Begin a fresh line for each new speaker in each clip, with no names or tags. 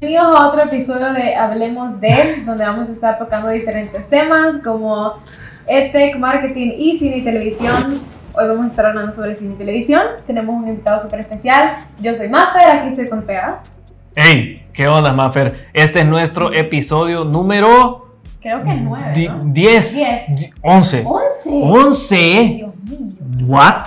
Bienvenidos a otro episodio de Hablemos de, donde vamos a estar tocando diferentes temas como EdTech, marketing y cine y televisión. Hoy vamos a estar hablando sobre cine y televisión. Tenemos un invitado súper especial. Yo soy Mafer, aquí estoy con Pea.
Hey, ¿qué onda, Maffer? Este es nuestro episodio número
Creo que es nueve,
di-
¿no?
10.
Diez.
di- 11.
¡Once!
11.
Dios mío.
What?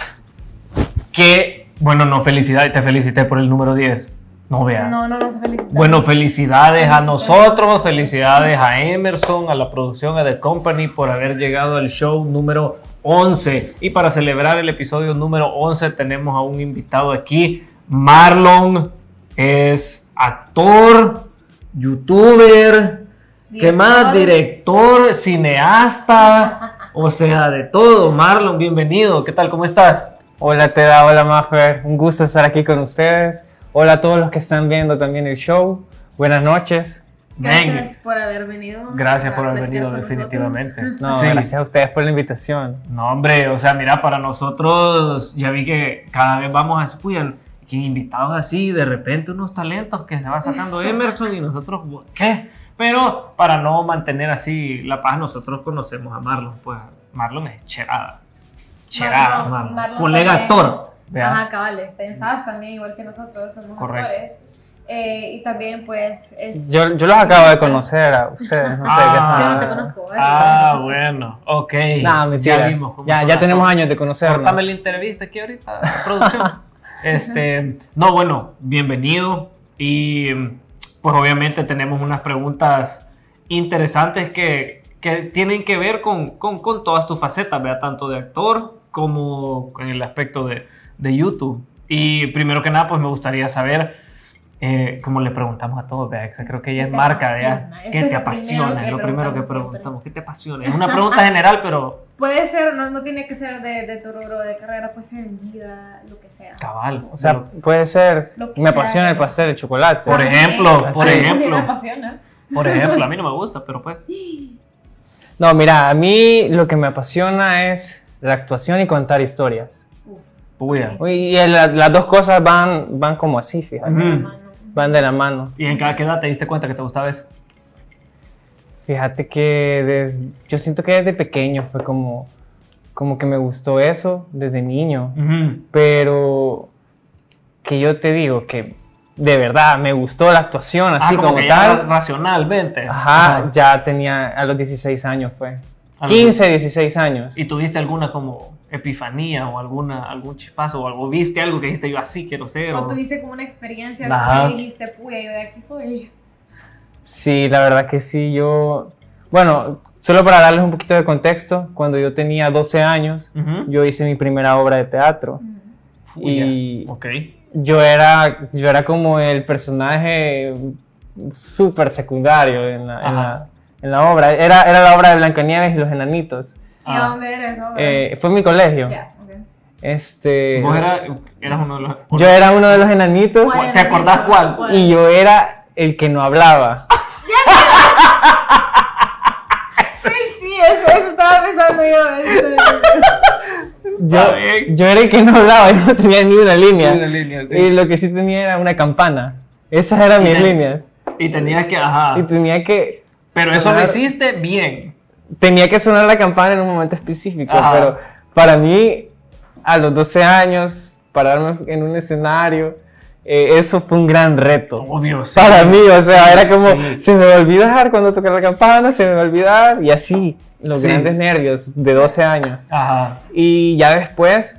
Que bueno, no felicidades, te felicité por el número 10. No vea.
No, no, no se felicita.
Bueno, felicidades a nosotros, felicidades a Emerson, a la producción, a The Company por haber llegado al show número 11. Y para celebrar el episodio número 11 tenemos a un invitado aquí. Marlon es actor, youtuber, ¿qué más? Director, cineasta, o sea, de todo. Marlon, bienvenido, ¿qué tal? ¿Cómo estás?
Hola Teda, hola Maffer, un gusto estar aquí con ustedes. Hola a todos los que están viendo también el show. Buenas noches.
Venga.
Gracias por haber venido.
Gracias por haber
Platicar
venido,
con nosotros.
definitivamente.
No,
Sí.
gracias a ustedes por la invitación.
No, hombre, o sea, mira, para nosotros, ya vi que cada vez vamos a uy, al- que invitados así, de repente unos talentos que se va sacando Emerson y nosotros, ¿qué? Pero para no mantener así la paz, nosotros conocemos a Marlon, pues Marlon es cherada. Cherada,
Marlon-
Marlon.
Marlon
Colega
también.
actor. vea.
Ajá, cabales, pensadas también, igual que nosotros, somos
Correcto.
actores. Eh, y también, pues, es...
Yo, yo los acabo de conocer a ustedes, no sé qué
Ah.
Yo no te
saben.
conozco, ¿eh? ¿vale?
Ah, bueno, ok.
Nah, mentiras. Ya,
vimos cómo
ya,
son las
tenemos
cosas.
años de conocernos.
Cortame la entrevista aquí ahorita, producción. este, no, bueno, bienvenido. Y pues obviamente tenemos unas preguntas interesantes que, que tienen que ver con, con, con todas tus facetas, ¿verdad? Tanto de actor como en el aspecto de, de YouTube. Y primero que nada, pues me gustaría saber, eh, como le preguntamos a todos, ¿verdad? Esa creo que ya
¿Qué
es
te
marca, ¿verdad?
apasiona? Eso
¿Qué
es
te
lo primero
apasiona?
que
Es lo primero que
preguntamos
preguntamos, ¿qué te apasiona? Es una pregunta general, pero
Puede ser, no, no tiene que ser de, de tu rubro de carrera, puede ser en vida, lo que sea.
cabal.
O sea, puede ser,
Lo que
me
sea.
apasiona el pastel de chocolate.
Por
También,
ejemplo, por
Ah, sí,
ejemplo.
Me apasiona.
Por ejemplo, a mí no me gusta, pero pues.
No, mira, a mí lo que me apasiona es la actuación y contar historias.
Puya.
Uy, Y el- la- las dos cosas van, van como así, fíjate.
Ujú. Mm.
Mano.
Van de la mano.
¿Y en cada qué edad te diste cuenta que te gustaba eso?
Fíjate que des- yo siento que desde pequeño fue como, como que me gustó eso desde niño. Pero que yo te digo que de verdad me gustó la actuación así
Así
como,
Ah, que ya
tal.
racionalmente.
Ajá, ya tenía a los 16 años fue.
A los
15, 16 años.
¿Y tuviste alguna como epifanía o alguna, algún chispazo o algo? ¿Viste algo que dijiste yo así quiero ser?
O
O...
tuviste como una experiencia
Ajá.
que sí dijiste, puya, yo de aquí soy.
Sí, la verdad que sí, yo... Bueno, solo para darles un poquito de contexto, cuando yo tenía 12 años,
Ujú.
yo hice mi primera obra de teatro.
Mm.
Puya.
Y-
Ok.
yo era, yo era como el personaje súper secundario en la, en,
Ajá.
la, en la obra. Era, era la obra de Blancanieves y los enanitos.
¿Y a
Ah.
dónde eres ahora?
Eh, fue en mi colegio.
ya, ok.
Este,
Vos era- eras uno de los...
Yo era uno de los enanitos
¿Cuál?
¿Te acordás cuál?
y yo era el que no hablaba.
Sí, sí, eso, eso estaba pensando yo. eso estaba-
Yo,
Está bien.
yo era el que no hablaba, yo no tenía ni una línea.
Una línea, sí.
Y lo que sí tenía era una campana. Esas eran
Y Ah.
mis
te-
líneas.
Y tenías que... Ajá.
Y tenía que
Pero eso lo
sonar-
hiciste bien.
tenía que sonar la campana en un momento específico,
Ajá.
pero para mí, a los 12 años, pararme en un escenario, eh, eso fue un gran reto.
Obvio. sí.
Para mí, o sea, era como,
Sí.
se me va a olvidar cuando tocar la campana, se me va a olvidar, y así, los
Sí.
grandes nervios de 12 años.
Ajá.
Y ya después,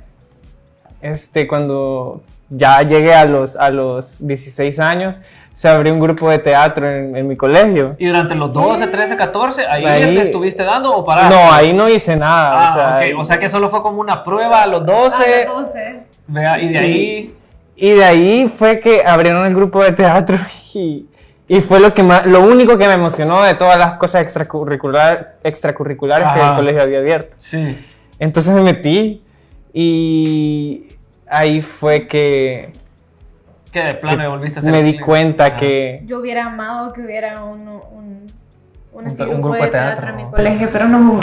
este, cuando ya llegué a los, a los 16 años, se abrió un grupo de teatro en- en mi colegio.
Y durante los 12, 13, 14, ahí,
Ahí-
te estuviste dando o paraste.
No, ahí no hice nada.
Ah,
o sea,
ok. O sea que solo fue como una prueba a los 12.
A los 12.
vea, y de ahí.
Y de ahí fue que abrieron el grupo de teatro y, y fue lo que más, lo único que me emocionó de todas las cosas extracurricular, extracurriculares que
Ajá.
el colegio había abierto.
Sí.
Entonces me metí y ahí fue que
Que de plano
Que
me volviste a hacer Ah,
me
el
di
click.
cuenta
Ajá.
que
Yo hubiera amado que hubiera un, un, una
Un-
así,
un
grupo,
grupo
de
de teatro,
teatro, en mi
¿no?
colegio, pero no,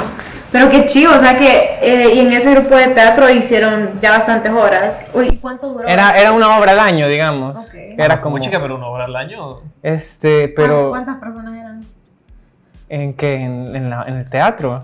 pero qué chido, o sea que, eh, y en ese grupo de teatro hicieron ya bastantes horas. Uy, ¿cuánto duró?
Era, era una obra al año, digamos.
Ok.
Era como.
ah, chica, pero una hora al año.
¿Cuán-
Este, pero.
Ah, ¿Cuántas personas eran?
¿En qué? En, en la- en el teatro.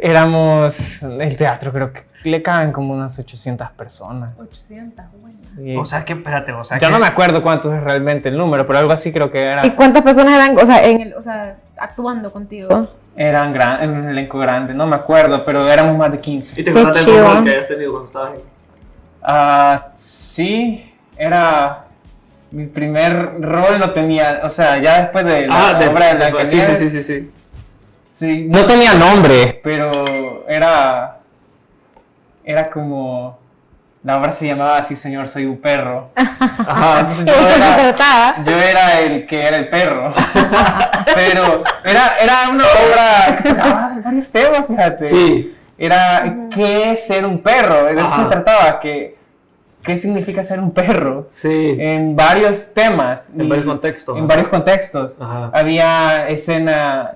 Éramos. El teatro, creo que le caben como unas 800 personas.
800, buena.
Y
O sea que, espérate, o sea
ya
que-
no me acuerdo cuánto es realmente el número, pero algo así creo que era.
¿Y cuántas personas eran, o sea, en el, o sea, actuando contigo?
Eran gran, en un elenco grande, no me acuerdo, pero éramos más de 15.
¿Y te
Qué
acuerdas del
chido.
control que hayas tenido cuando estabas en-
Ah, sí, era. Mi primer rol no tenía, o sea, ya después Ah, de la
Ah, de-
obra en la
de- pues,
que
sí,
Nieves-
sí, sí, sí, sí.
Sí, no tenía nombre, pero era. Era como. La obra se llamaba así, señor, soy un perro. Ajá, entonces yo era, yo era el que era el perro. Pero era, era una obra Ah, que tocaba varios temas, fíjate.
Sí.
Era, ¿qué es ser un perro? De eso
Ajá.
se trataba, que, ¿qué significa ser un perro?
Sí.
En varios temas.
En
y-
varios contextos,
Eh, En
ajá.
varios contextos
Ajá.
había escena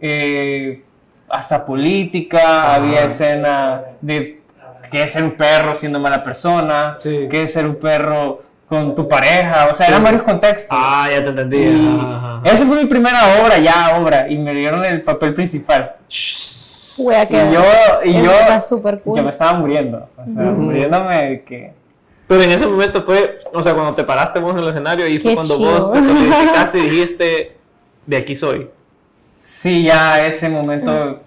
eh, hasta política,
Ajá.
había escena de que es ser un perro siendo mala persona,
Sí.
que es ser un perro con tu pareja, o sea, eran varios contextos.
Ah, ya te entendí.
Y
Ajá, ajá, ajá.
esa fue mi primera obra, ya obra, y me dieron el papel principal.
Wea,
Y yo, y yo,
Está súper cool.
yo me estaba muriendo, o sea,
Ujú.
muriéndome de que...
Pero en ese momento fue, o sea, cuando te paraste vos en el escenario y fue
Qué
cuando
chido.
vos te solidificaste y dijiste, de aquí soy.
Sí, ya ese momento,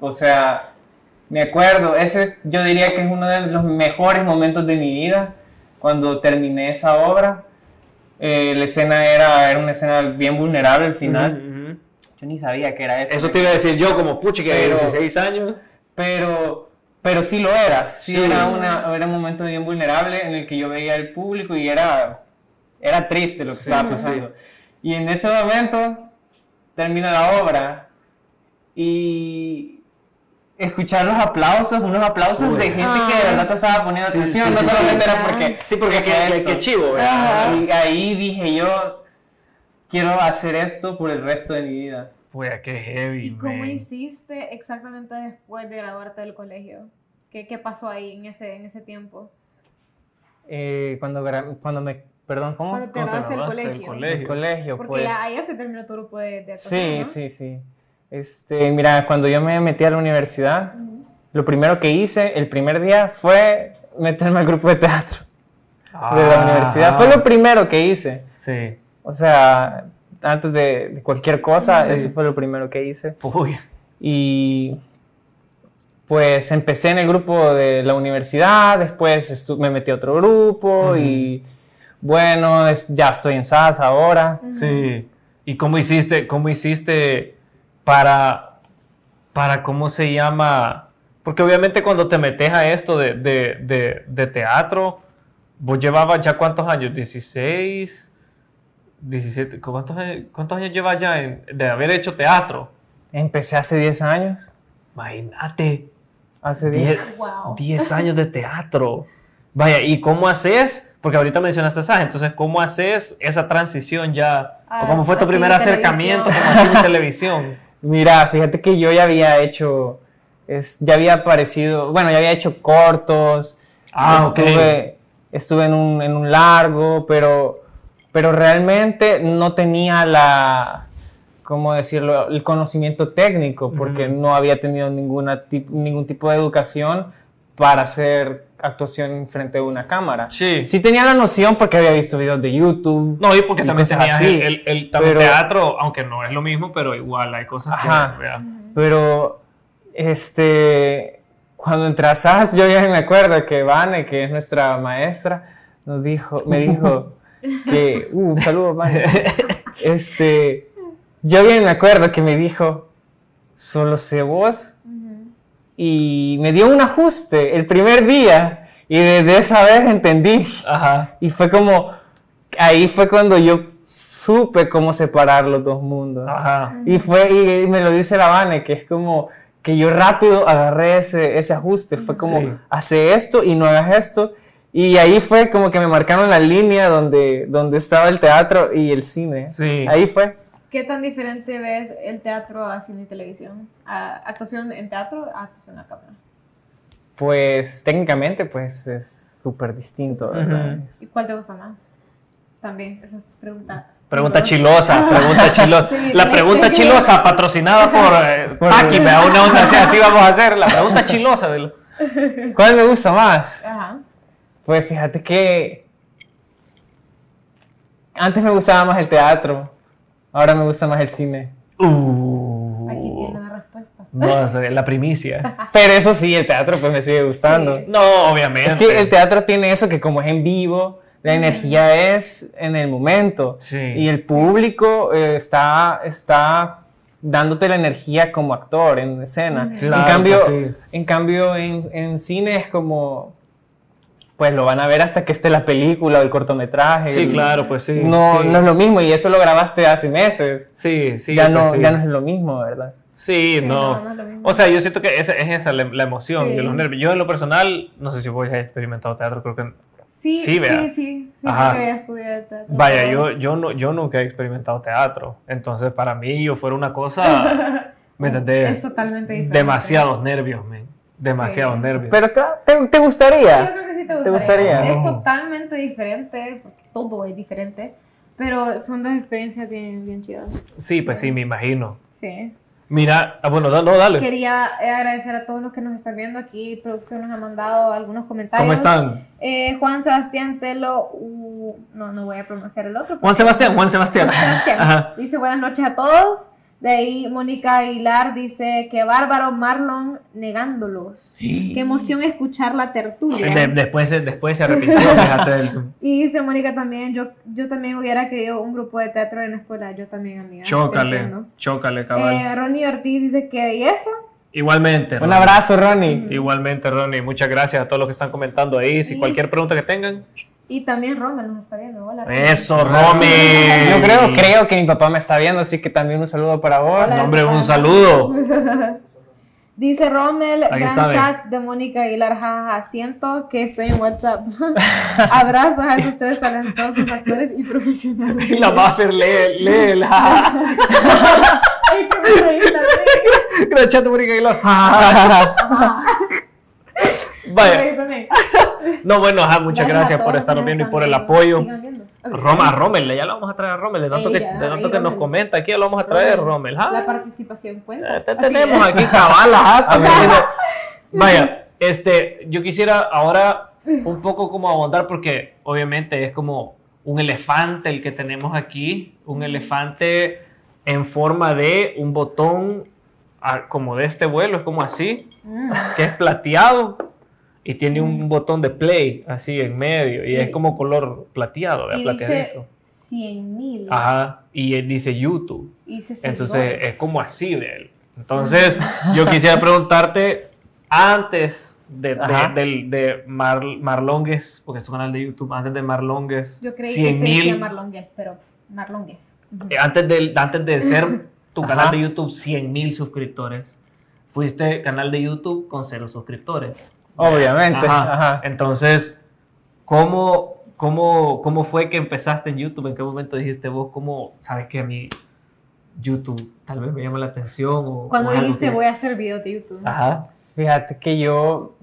o sea, me acuerdo, ese yo diría que es uno de los mejores momentos de mi vida, cuando terminé esa obra. eh, la escena era, era una escena bien vulnerable al final.
Ujú, ujú.
Yo ni sabía que era eso.
Eso te iba a decir yo como puchi que de
Pero-
16 años.
pero, pero sí lo era. Sí,
Sí.
Era, una, era un momento bien vulnerable en el que yo veía al público y era, era triste lo que estaba pasando. Y en ese momento termina la obra y escuchar los aplausos, unos aplausos
Uy.
de gente que de verdad te estaba poniendo
Sí,
atención,
sí,
no
sí,
solamente
sí.
era porque...
Sí, porque qué, qué-
esto.
qué chivo,
Ah.
¿verdad?
Ajá.
Y ahí dije yo, quiero hacer esto por el resto de mi vida.
Fue qué heavy,
¿Y cómo
man.
hiciste exactamente después de graduarte del colegio? ¿Qué, qué pasó ahí en ese, en ese tiempo?
Eh, cuando, gra- cuando me... Perdón, ¿cómo?
Cuando te
¿Cómo te
graduaste del
graduaste del
colegio.
colegio?
El colegio,
Porque
pues...
ya, ahí ya se terminó tu grupo de, de
Sí,
actuación, ¿no?
sí, sí. Este, mira, cuando yo me metí a la universidad,
Ujú.
lo primero que hice el primer día fue meterme al grupo de teatro de la
Ah,
universidad. Fue lo primero que hice.
Sí.
O sea, antes de, de cualquier cosa,
Sí.
eso fue lo primero que hice.
Uy.
Y pues empecé en el grupo de la universidad, después estu- me metí a otro grupo
Ujú.
y bueno, es- ya estoy en SAS ahora.
Sí. ¿Y cómo hiciste, cómo hiciste para, para cómo se llama? Porque obviamente cuando te metes a esto de, de, de, de teatro, vos llevabas ya cuántos años, 16, 17, ¿cuántos, años- cuántos años llevas ya en- de haber hecho teatro?
Empecé hace 10 años.
Imagínate,
Hace 10
10,
Wow.
10 años de teatro. Vaya, ¿y cómo haces? Porque ahorita mencionaste SAS, entonces, ¿cómo haces esa transición ya?
Ah,
¿O ¿Cómo fue tu
así
primer
de
acercamiento con
televisión.
hacer televisión?
Mira, fíjate que yo ya había hecho, es- ya había aparecido, bueno, ya había hecho cortos,
Ah, ok.
estuve, estuve en, un, en un largo, pero, pero realmente no tenía la, ¿cómo decirlo?, el conocimiento técnico, porque
Ujú.
no había tenido ninguna tip- ningún tipo de educación para hacer actuación frente a una cámara.
Sí.
Sí tenía la noción porque había visto videos de YouTube.
No, y porque
y
también
cosas
tenías
así,
el, el- el- también
pero-
teatro, aunque no es lo mismo, pero igual hay cosas
Ajá.
que... ¿verdad?
Pero, este, cuando entré a SAS, yo ya me acuerdo que Vane, que es nuestra maestra, nos dijo, me dijo que, uh, un saludo, Vane. Este, yo bien me acuerdo que me dijo, solo sé vos,
Ujú.
y me dio un ajuste el primer día, y desde esa vez entendí,
Ajá.
y fue como, ahí fue cuando yo supe cómo separar los dos mundos.
Ajá.
Y fue, y me lo dice la Vane, que es como que yo rápido agarré ese, ese ajuste. Fue como,
Sí.
hace esto y no hagas esto. Y ahí fue como que me marcaron la línea donde, donde estaba el teatro y el cine.
Sí.
Ahí fue.
¿Qué tan diferente ves el teatro a cine y televisión? A actuación en teatro a actuación a cámara.
Pues técnicamente pues es súper distinto, ¿verdad?
Ujú.
¿Y
Es-
cuál te gusta más? También, esa es pregunta.
Pregunta chilosa, pregunta chilosa.
Sí,
La pregunta
sí.
chilosa patrocinada por eh,
Por-
Paqui, me da una onda así, así vamos a hacer. La pregunta chilosa. de lo-
¿Cuál me gusta más?
Ajá.
Pues fíjate que antes me gustaba más el teatro, ahora me gusta más el cine.
Aquí
Uh,
tiene la respuesta.
no sé, la primicia.
Pero eso sí, el teatro pues me sigue gustando.
Sí.
No,
Es
obviamente.
que el teatro tiene eso que como es en vivo, la energía es en el momento.
Sí.
Y el público eh, está, está dándote la energía como actor en escena.
Ujú.
Claro
en cambio,
que sí.
en, cambio en, en cine es como, pues lo van a ver hasta que esté la película o el cortometraje.
Sí,
El-
claro, pues sí.
No,
sí.
no es lo mismo y eso lo grabaste hace meses.
Sí, sí,
ya,
pues
no,
sí.
ya no es lo mismo, ¿verdad?
Sí,
Sí,
no.
no, no es lo mismo.
O sea, yo siento que esa, es esa la, la emoción
Sí.
y los nervios. Yo en lo personal, no sé si vos has experimentado teatro, creo que...
Sí,
Sí,
sí,
vea.
sí, sí,
Ajá.
porque estudié teatro.
Vaya, yo, yo, no, yo nunca he experimentado teatro. Entonces, para mí, yo fuera una cosa... ¿Me entendés?
Es totalmente diferente.
Demasiados nervios, men. Demasiados
Sí.
nervios.
Pero te, te, te
Sí, yo
gustaría.
creo que sí te gustaría.
¿Te gustaría?
Es
No.
totalmente diferente, porque todo es diferente, pero son dos experiencias bien, bien chidas.
Sí, pues sí, me imagino.
Sí.
Mira, ah, bueno, da- no, dale.
Quería eh, agradecer a todos los que nos están viendo aquí. Producción nos ha mandado algunos comentarios.
¿Cómo están?
Eh, Juan Sebastián Telo, U- no, no voy a pronunciar el otro.
Juan
porque-
Sebastián, Juan Sebastián.
Sebastián.
Ajá.
Dice buenas noches a todos. De ahí Mónica Aguilar dice que bárbaro Marlon negándolos. Qué emoción escuchar la tertulia.
Eh, De- después, se- después se repitió, fíjate. el-
Y dice Mónica también, yo, yo también hubiera querido un grupo de teatro en la escuela, yo también, amiga. te
Chócale,
entiendo.
chócale, cabal.
Eh, Ronnie Ortiz dice que belleza.
Igualmente.
Un
Ronnie.
abrazo, Ronnie.
Igualmente, Ronnie. Muchas gracias a todos los que están comentando ahí. Si
Sí.
cualquier pregunta que tengan.
Y también Roma nos está viendo. Hola, Roma.
Eso, Romy.
Yo creo, creo que mi papá me está viendo, así que también un saludo para vos.
Hola.
No, hombre, un saludo.
Dice Rommel,
Ahí
gran
está, ve.
chat de Mónica Aguilar, jajaja, siento que estoy en WhatsApp. Abrazos a esos tres talentosos actores y profesionales.
Y la va a hacer lee, lee la.
Ay, qué buena isla, sí.
Gran chat, Mónica Aguilar.
Ah.
Vaya.
Ahí también.
No, bueno, ajá, muchas
Gracias a
gracias por
todos
estarnos
que nos
viendo y
están
por el
viendo.
apoyo.
Sigan viendo.
Roma, a Rommel, ya la vamos a traer a Rommel, de tanto
Ey,
que,
ya,
de tanto
ahí
que nos
Rommel.
comenta aquí, ya lo vamos a traer, Rommel. ah.
La participación cuenta.
Eh, te tenemos aquí cabalas. ah, también. Vaya, este, yo quisiera ahora un poco como abundar porque obviamente es como un elefante el que tenemos aquí, un elefante en forma de un botón ah, como de este vuelo, es como así,
Mm.
que es plateado y tiene un botón de play así en medio y es
Y-
como color plateado, vea,
Y
plateadito.
dice 100 mil.
Ajá, y él dice YouTube.
Y 60
Entonces es como así de él. Entonces yo quisiera preguntarte antes de, de-
Ajá.
del- de Mar- Marlongues, porque es tu canal de YouTube, antes de Marlongues,
Yo creí que
100
se decía
mil,
Marlongues, pero Marlongues. Ujú.
eh, antes, de, antes de ser tu
Ajá.
canal de YouTube 100 mil suscriptores, fuiste canal de YouTube con cero suscriptores.
Obviamente.
Ajá.
ajá.
Entonces, ¿cómo, cómo, ¿cómo fue que empezaste en YouTube? ¿En qué momento dijiste vos, cómo, sabes que a mí YouTube tal vez me llama la atención? O,
Cuando
o es algo
dijiste
que-
voy a hacer videos de YouTube.
Ajá.
Fíjate que yo,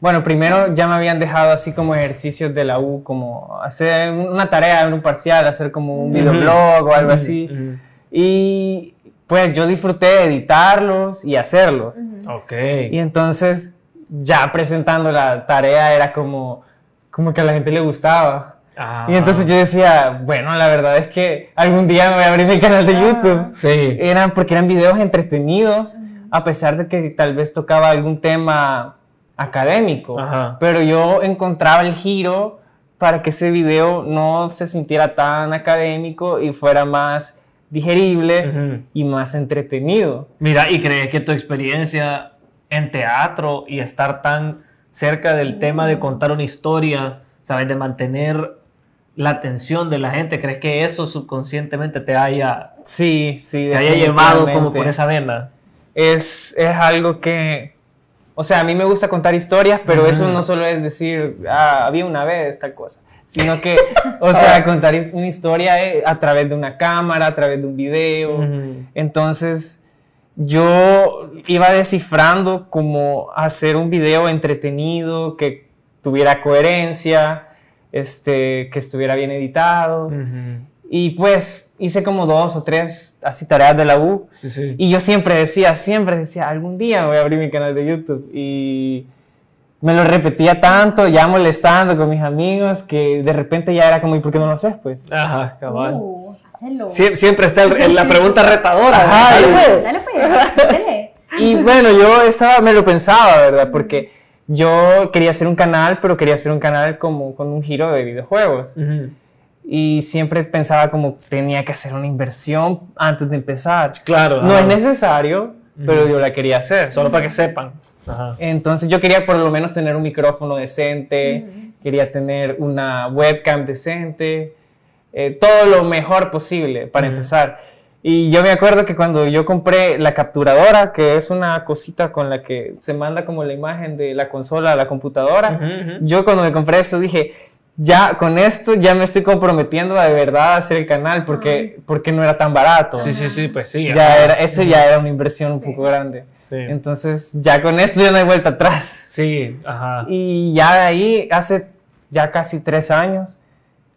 bueno, primero ya me habían dejado así como ejercicios de la U, como hacer una tarea en un parcial, hacer como un
Ujú.
videoblog o algo así.
Mm,
Y pues yo disfruté de editarlos y hacerlos.
Ujú.
Ok.
Y entonces ya presentando la tarea era como, como que a la gente le gustaba.
Ah.
Y entonces yo decía, bueno, la verdad es que algún día me voy a abrir mi canal de
Ah.
YouTube.
Sí.
Eran porque eran videos entretenidos,
Ujú.
a pesar de que tal vez tocaba algún tema académico.
Ajá.
Pero yo encontraba el giro para que ese video no se sintiera tan académico y fuera más digerible
Ujú.
y más entretenido.
Mira, ¿y crees que tu experiencia en teatro y estar tan cerca del tema de contar una historia, sabes, de mantener la atención de la gente, crees que eso subconscientemente te haya,
Sí, sí,
te haya llevado como
definitivamente.
por esa vena?
es, es algo que, o sea, a mí me gusta contar historias, pero eso
Ujú.
no solo es decir, ah, había una vez tal cosa. sino que, o sea, contar hi- una historia eh, a través de una cámara, a través de un video.
Ujú.
Entonces, yo iba descifrando cómo hacer un video entretenido, que tuviera coherencia, este, que estuviera bien editado.
Ujú.
Y pues hice como dos o tres así tareas de la U.
Sí, sí.
Y yo siempre decía, siempre decía, algún día voy a abrir mi canal de YouTube. Y me lo repetía tanto, ya molestando con mis amigos, que de repente ya era como, ¿y por qué no lo haces? Pues.
Ajá, cabal.
Uh, hacelo.
Sie- siempre está el- el- la pregunta retadora.
Ajá,
¿verdad?
y-
Dale pues, dale.
Y bueno, yo estaba, me lo pensaba, ¿verdad? Porque yo quería hacer un canal, pero quería hacer un canal como con un giro de videojuegos.
Ujú.
Y siempre pensaba como tenía que hacer una inversión antes de empezar.
Claro.
No
ajá.
es necesario, pero
Ujú.
yo la quería hacer.
Solo para que sepan. Ajá.
Entonces yo quería por lo menos tener un micrófono decente,
Eh,
Ujú.
quería tener una webcam decente, eh, todo lo mejor posible para
Ujú.
empezar. Y yo me acuerdo que cuando yo compré la capturadora, que es una cosita con la que se manda como la imagen de la consola a la computadora,
Ujú, ujú.
yo cuando me compré eso dije, ya con esto ya me estoy comprometiendo a de verdad a hacer el canal porque, porque no era tan barato.
Sí, sí, sí, pues sí.
Ya era, ese ya era una inversión un
Sí.
poco grande.
Sí.
Entonces ya con esto ya no hay vuelta atrás.
Sí, ajá.
Y ya de ahí, hace ya casi tres años,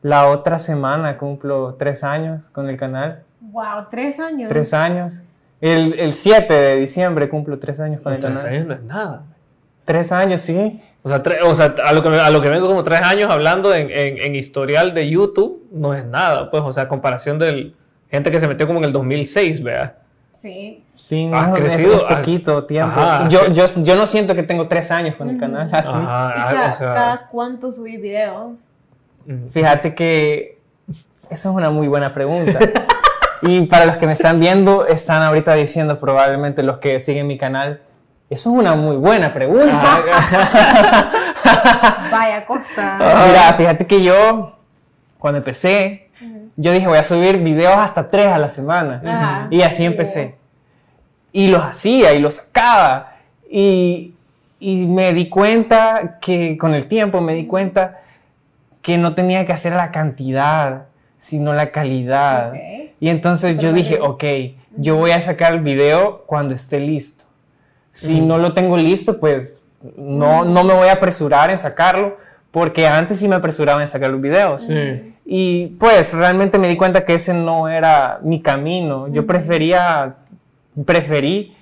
la otra semana cumplo tres años con el canal.
Wow, tres años.
Tres años. El, el 7 de diciembre cumplo tres años con el
Tres
canal.
años no es nada.
Tres años, sí.
O sea, tre- o sea, a, lo que, a lo que vengo como tres años hablando en, en- en historial de YouTube, no es nada, pues, o sea, a comparación del gente que se metió como en el 2006, vea.
Sí.
Sí,
Has
no, es-
Ah, crecido,
es
has-
poquito tiempo.
Ajá.
yo, yo, yo no siento que tengo tres años con el
Ujú.
canal, así.
Ajá,
¿Y
ah,
cada,
o sea,
cada cuánto subís videos?
ujú.
Fíjate que eso es una muy buena pregunta. y para los que me están viendo, están ahorita diciendo probablemente los que siguen mi canal, eso es una muy buena pregunta.
Vaya
Ah.
cosa.
Mira, fíjate que yo, cuando empecé,
Ujú.
yo dije voy a subir videos hasta tres a la semana.
Ajá.
Y así empecé. Y los hacía y los sacaba. Y, y me di cuenta que con el tiempo me di cuenta que no tenía que hacer la cantidad, sino la
Ah.
calidad.
Ok.
Y entonces yo
Súper
dije,
válido.
ok, yo voy a sacar el video cuando esté listo. Si no lo tengo listo, pues no, no me voy a apresurar en sacarlo, porque antes sí me apresuraba en sacar los videos.
Sí.
Y pues realmente me di cuenta que ese no era mi camino. Yo
Ujú.
prefería, preferí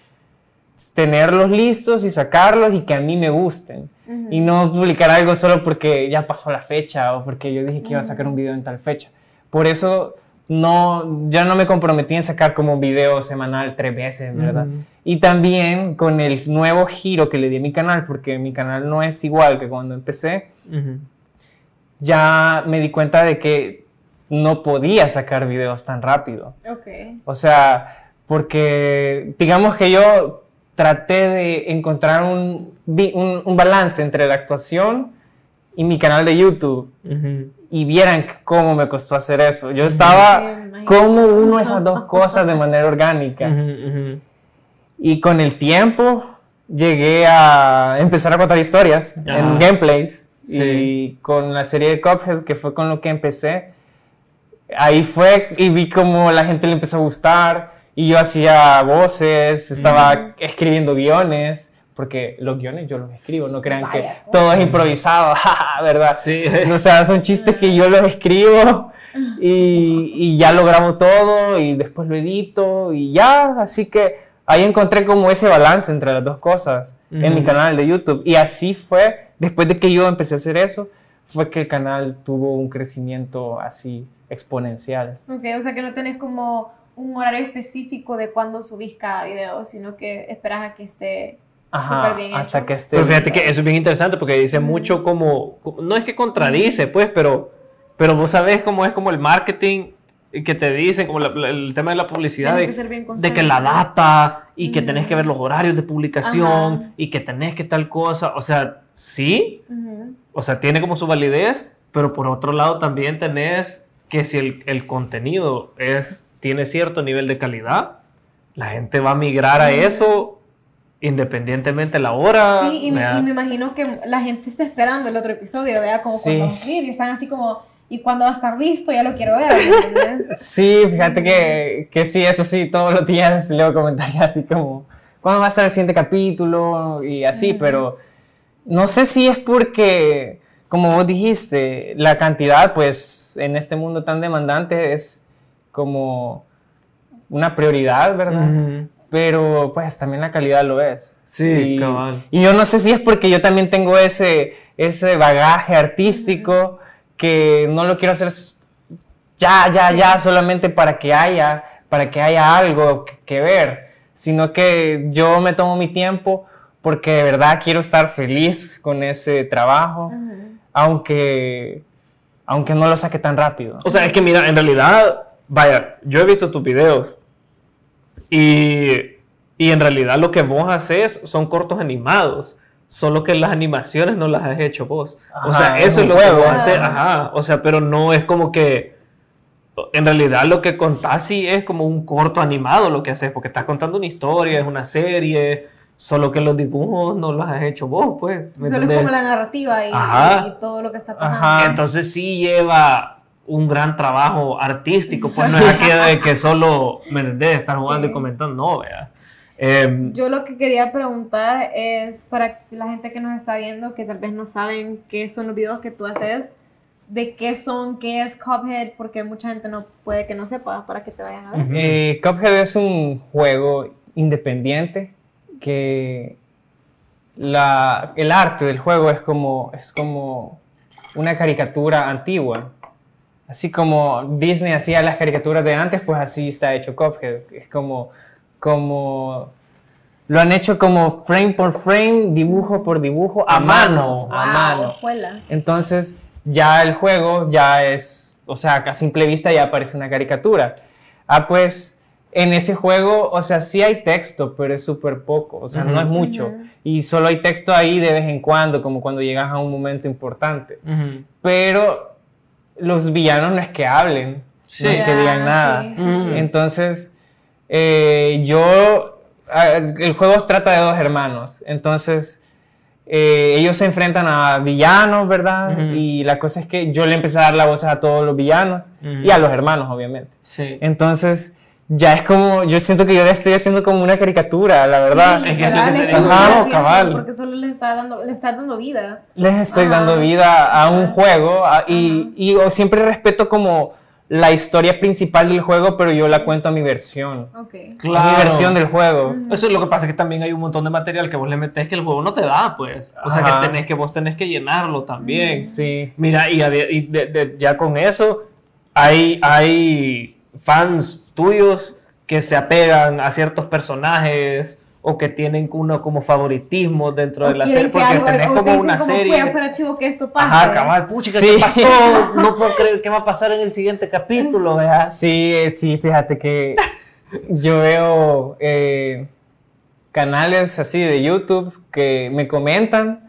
tenerlos listos y sacarlos y que a mí me gusten.
Ujú.
Y no publicar algo solo porque ya pasó la fecha o porque yo dije que iba a sacar un video en tal fecha. Por eso no, ya no me comprometí en sacar como un video semanal tres
mm.
veces, ¿verdad?
Ujú.
Y también con el nuevo giro que le di a mi canal, porque mi canal no es igual que cuando empecé,
Ujú.
ya me di cuenta de que no podía sacar videos tan rápido.
Ok.
O sea, porque digamos que yo traté de encontrar un, bi- un- un balance entre la actuación y mi canal de YouTube.
Ujú.
Y vieran cómo me costó hacer eso. Yo
Ah,
estaba,
Sí, me imagino.
¿cómo uno esas dos cosas de manera orgánica?
Ujú, ujú.
Y con el tiempo llegué a empezar a contar historias
Ajá.
en gameplays.
Sí.
Y con la serie de Cuphead, que fue con lo que empecé, ahí fue y vi como la gente le empezó a gustar. Y yo hacía voces, estaba escribiendo guiones, porque los guiones yo los escribo, no crean que
Vaya.
todo es improvisado, ¿verdad?
Sí.
O sea, son chistes que yo los escribo y, y ya lo grabo todo y después lo edito y ya. Así que ahí encontré como ese balance entre las dos cosas en mi
Ujú.
canal de YouTube. Y así fue, después de que yo empecé a hacer eso, fue que el canal tuvo un crecimiento así exponencial.
Ok, o sea que no tenés como un horario específico de cuándo subís cada video, sino que esperas a que esté.
Ajá,
Súper bien
hasta
hecho.
que este esté...
Pero fíjate que eso es bien interesante porque dice mucho como, como- no es que contradice, pues, pero, pero vos sabés cómo es como el marketing que te dicen, como la- la- el tema de la publicidad,
Tenés
de,
que ser bien
de
constante.
que la data y que tenés
Mm.
que ver los horarios de publicación
Ajá.
y que tenés que tal cosa, o sea, sí,
Ujú.
o sea, tiene como su validez, pero por otro lado también tenés que si el, el contenido es, tiene cierto nivel de calidad, la gente va a migrar a eso y, Independientemente la hora.
Sí, y me,
¿verdad?
y me imagino que la gente está esperando el otro episodio, vea cómo
Sí.
cuando va a salir, y están así como, ¿y cuándo va a estar listo? Ya lo quiero ver. ¿entendés?
Sí, fíjate que, que sí, eso sí, todos los días leo comentarios así como, ¿cuándo va a ser el siguiente capítulo? Y así,
Ujú.
pero no sé si es porque, como vos dijiste, la cantidad, pues, en este mundo tan demandante es como una prioridad, ¿verdad?
Ujú.
Pero, pues, también la calidad lo es.
Sí,
y,
cabal.
y yo no sé si es porque yo también tengo ese, ese bagaje artístico que no lo quiero hacer s- ya, ya, ya, solamente para que haya, para que haya algo que, que ver, sino que yo me tomo mi tiempo porque de verdad quiero estar feliz con ese trabajo,
Ujú.
aunque, aunque no lo saque tan rápido.
O sea, es que mira, en realidad, vaya, yo he visto tus videos y, y en realidad lo que vos haces son cortos animados, solo que las animaciones no las has hecho vos. o
Ajá,
sea,
es
eso
un
es lo que
juego.
vos haces,
Ah.
ajá. O sea, pero no es como que... En realidad lo que contás sí es como un corto animado lo que haces, porque estás contando una historia, es una serie, solo que los dibujos no los has hecho vos, pues. ¿me
Solo es
entendés?
como la narrativa y,
Ajá.
y todo lo que está pasando.
Ajá.
Entonces sí lleva un gran trabajo artístico, pues no es aquello de que solo me entendés, estar jugando
Sí.
y comentando, no, vea. Em,
Yo lo que quería preguntar es para la gente que nos está viendo, que tal vez no saben qué son los videos que tú haces, de qué son, qué es Cuphead, porque mucha gente no puede que no sepa para que te vayan a ver.
Ujú.
Eh, Cuphead es un juego independiente que la- el arte del juego es como, es como una caricatura antigua. Así como Disney hacía las caricaturas de antes, pues así está hecho Cuphead. Es como, como lo han hecho como frame por frame, dibujo por dibujo, a,
A
mano,
mano.
a
Ah,
mano.
ojuela.
Entonces, ya el juego ya es, o sea, a simple vista ya aparece una caricatura. Ah, pues en ese juego, o sea, sí hay texto, pero es súper poco, o sea, no es
Ujú.
mucho.
Ujú.
Y solo hay texto ahí de vez en cuando, como cuando llegas a un momento importante.
ujú.
Pero los villanos no es que hablen,
Sí.
no es que
Ya,
digan nada.
sí.
Mm.
Entonces, eh, yo, a- el juego se trata de dos hermanos, entonces eh, ellos se enfrentan a villanos, ¿verdad?
Ujú.
Y la cosa es que yo le empecé a dar la voz a todos los villanos
Ujú.
y a los hermanos, obviamente.
Sí.
Entonces, ya es como, yo siento que yo le estoy haciendo como una caricatura, la verdad.
Sí,
Es que es
cabal,
lo
es
que te
como
digo.
está
Ajá,
haciendo,
cabal.
Porque solo le está dando, le está dando vida.
Les estoy
Ajá.
dando vida a un
Ajá.
juego a- y,
Ajá.
y o siempre respeto como la historia principal del juego, pero yo la cuento a mi versión.
Ok.
A mi
Claro.
versión del juego.
Ujú.
Eso es lo que pasa, que también hay un montón de material que vos le metes que el juego no te da, pues. O sea,
Ajá.
que, tenés, que vos tenés que llenarlo también.
Sí.
Mira, y, había- y de- de- ya con eso, hay, hay fans tuyos que se apegan a ciertos personajes o que tienen uno como favoritismo dentro
O
de la
quieren
serie,
que
porque
algo-
tenés
o
como
dicen
una
"Fue,
serie.
fuera chivo que esto pase.
Ajá, cabal, puchica,
Sí.
¿qué pasó? No puedo creer qué va a pasar en el siguiente capítulo, ¿verdad?
Sí, eh, sí, fíjate que yo veo eh, canales así de YouTube que me comentan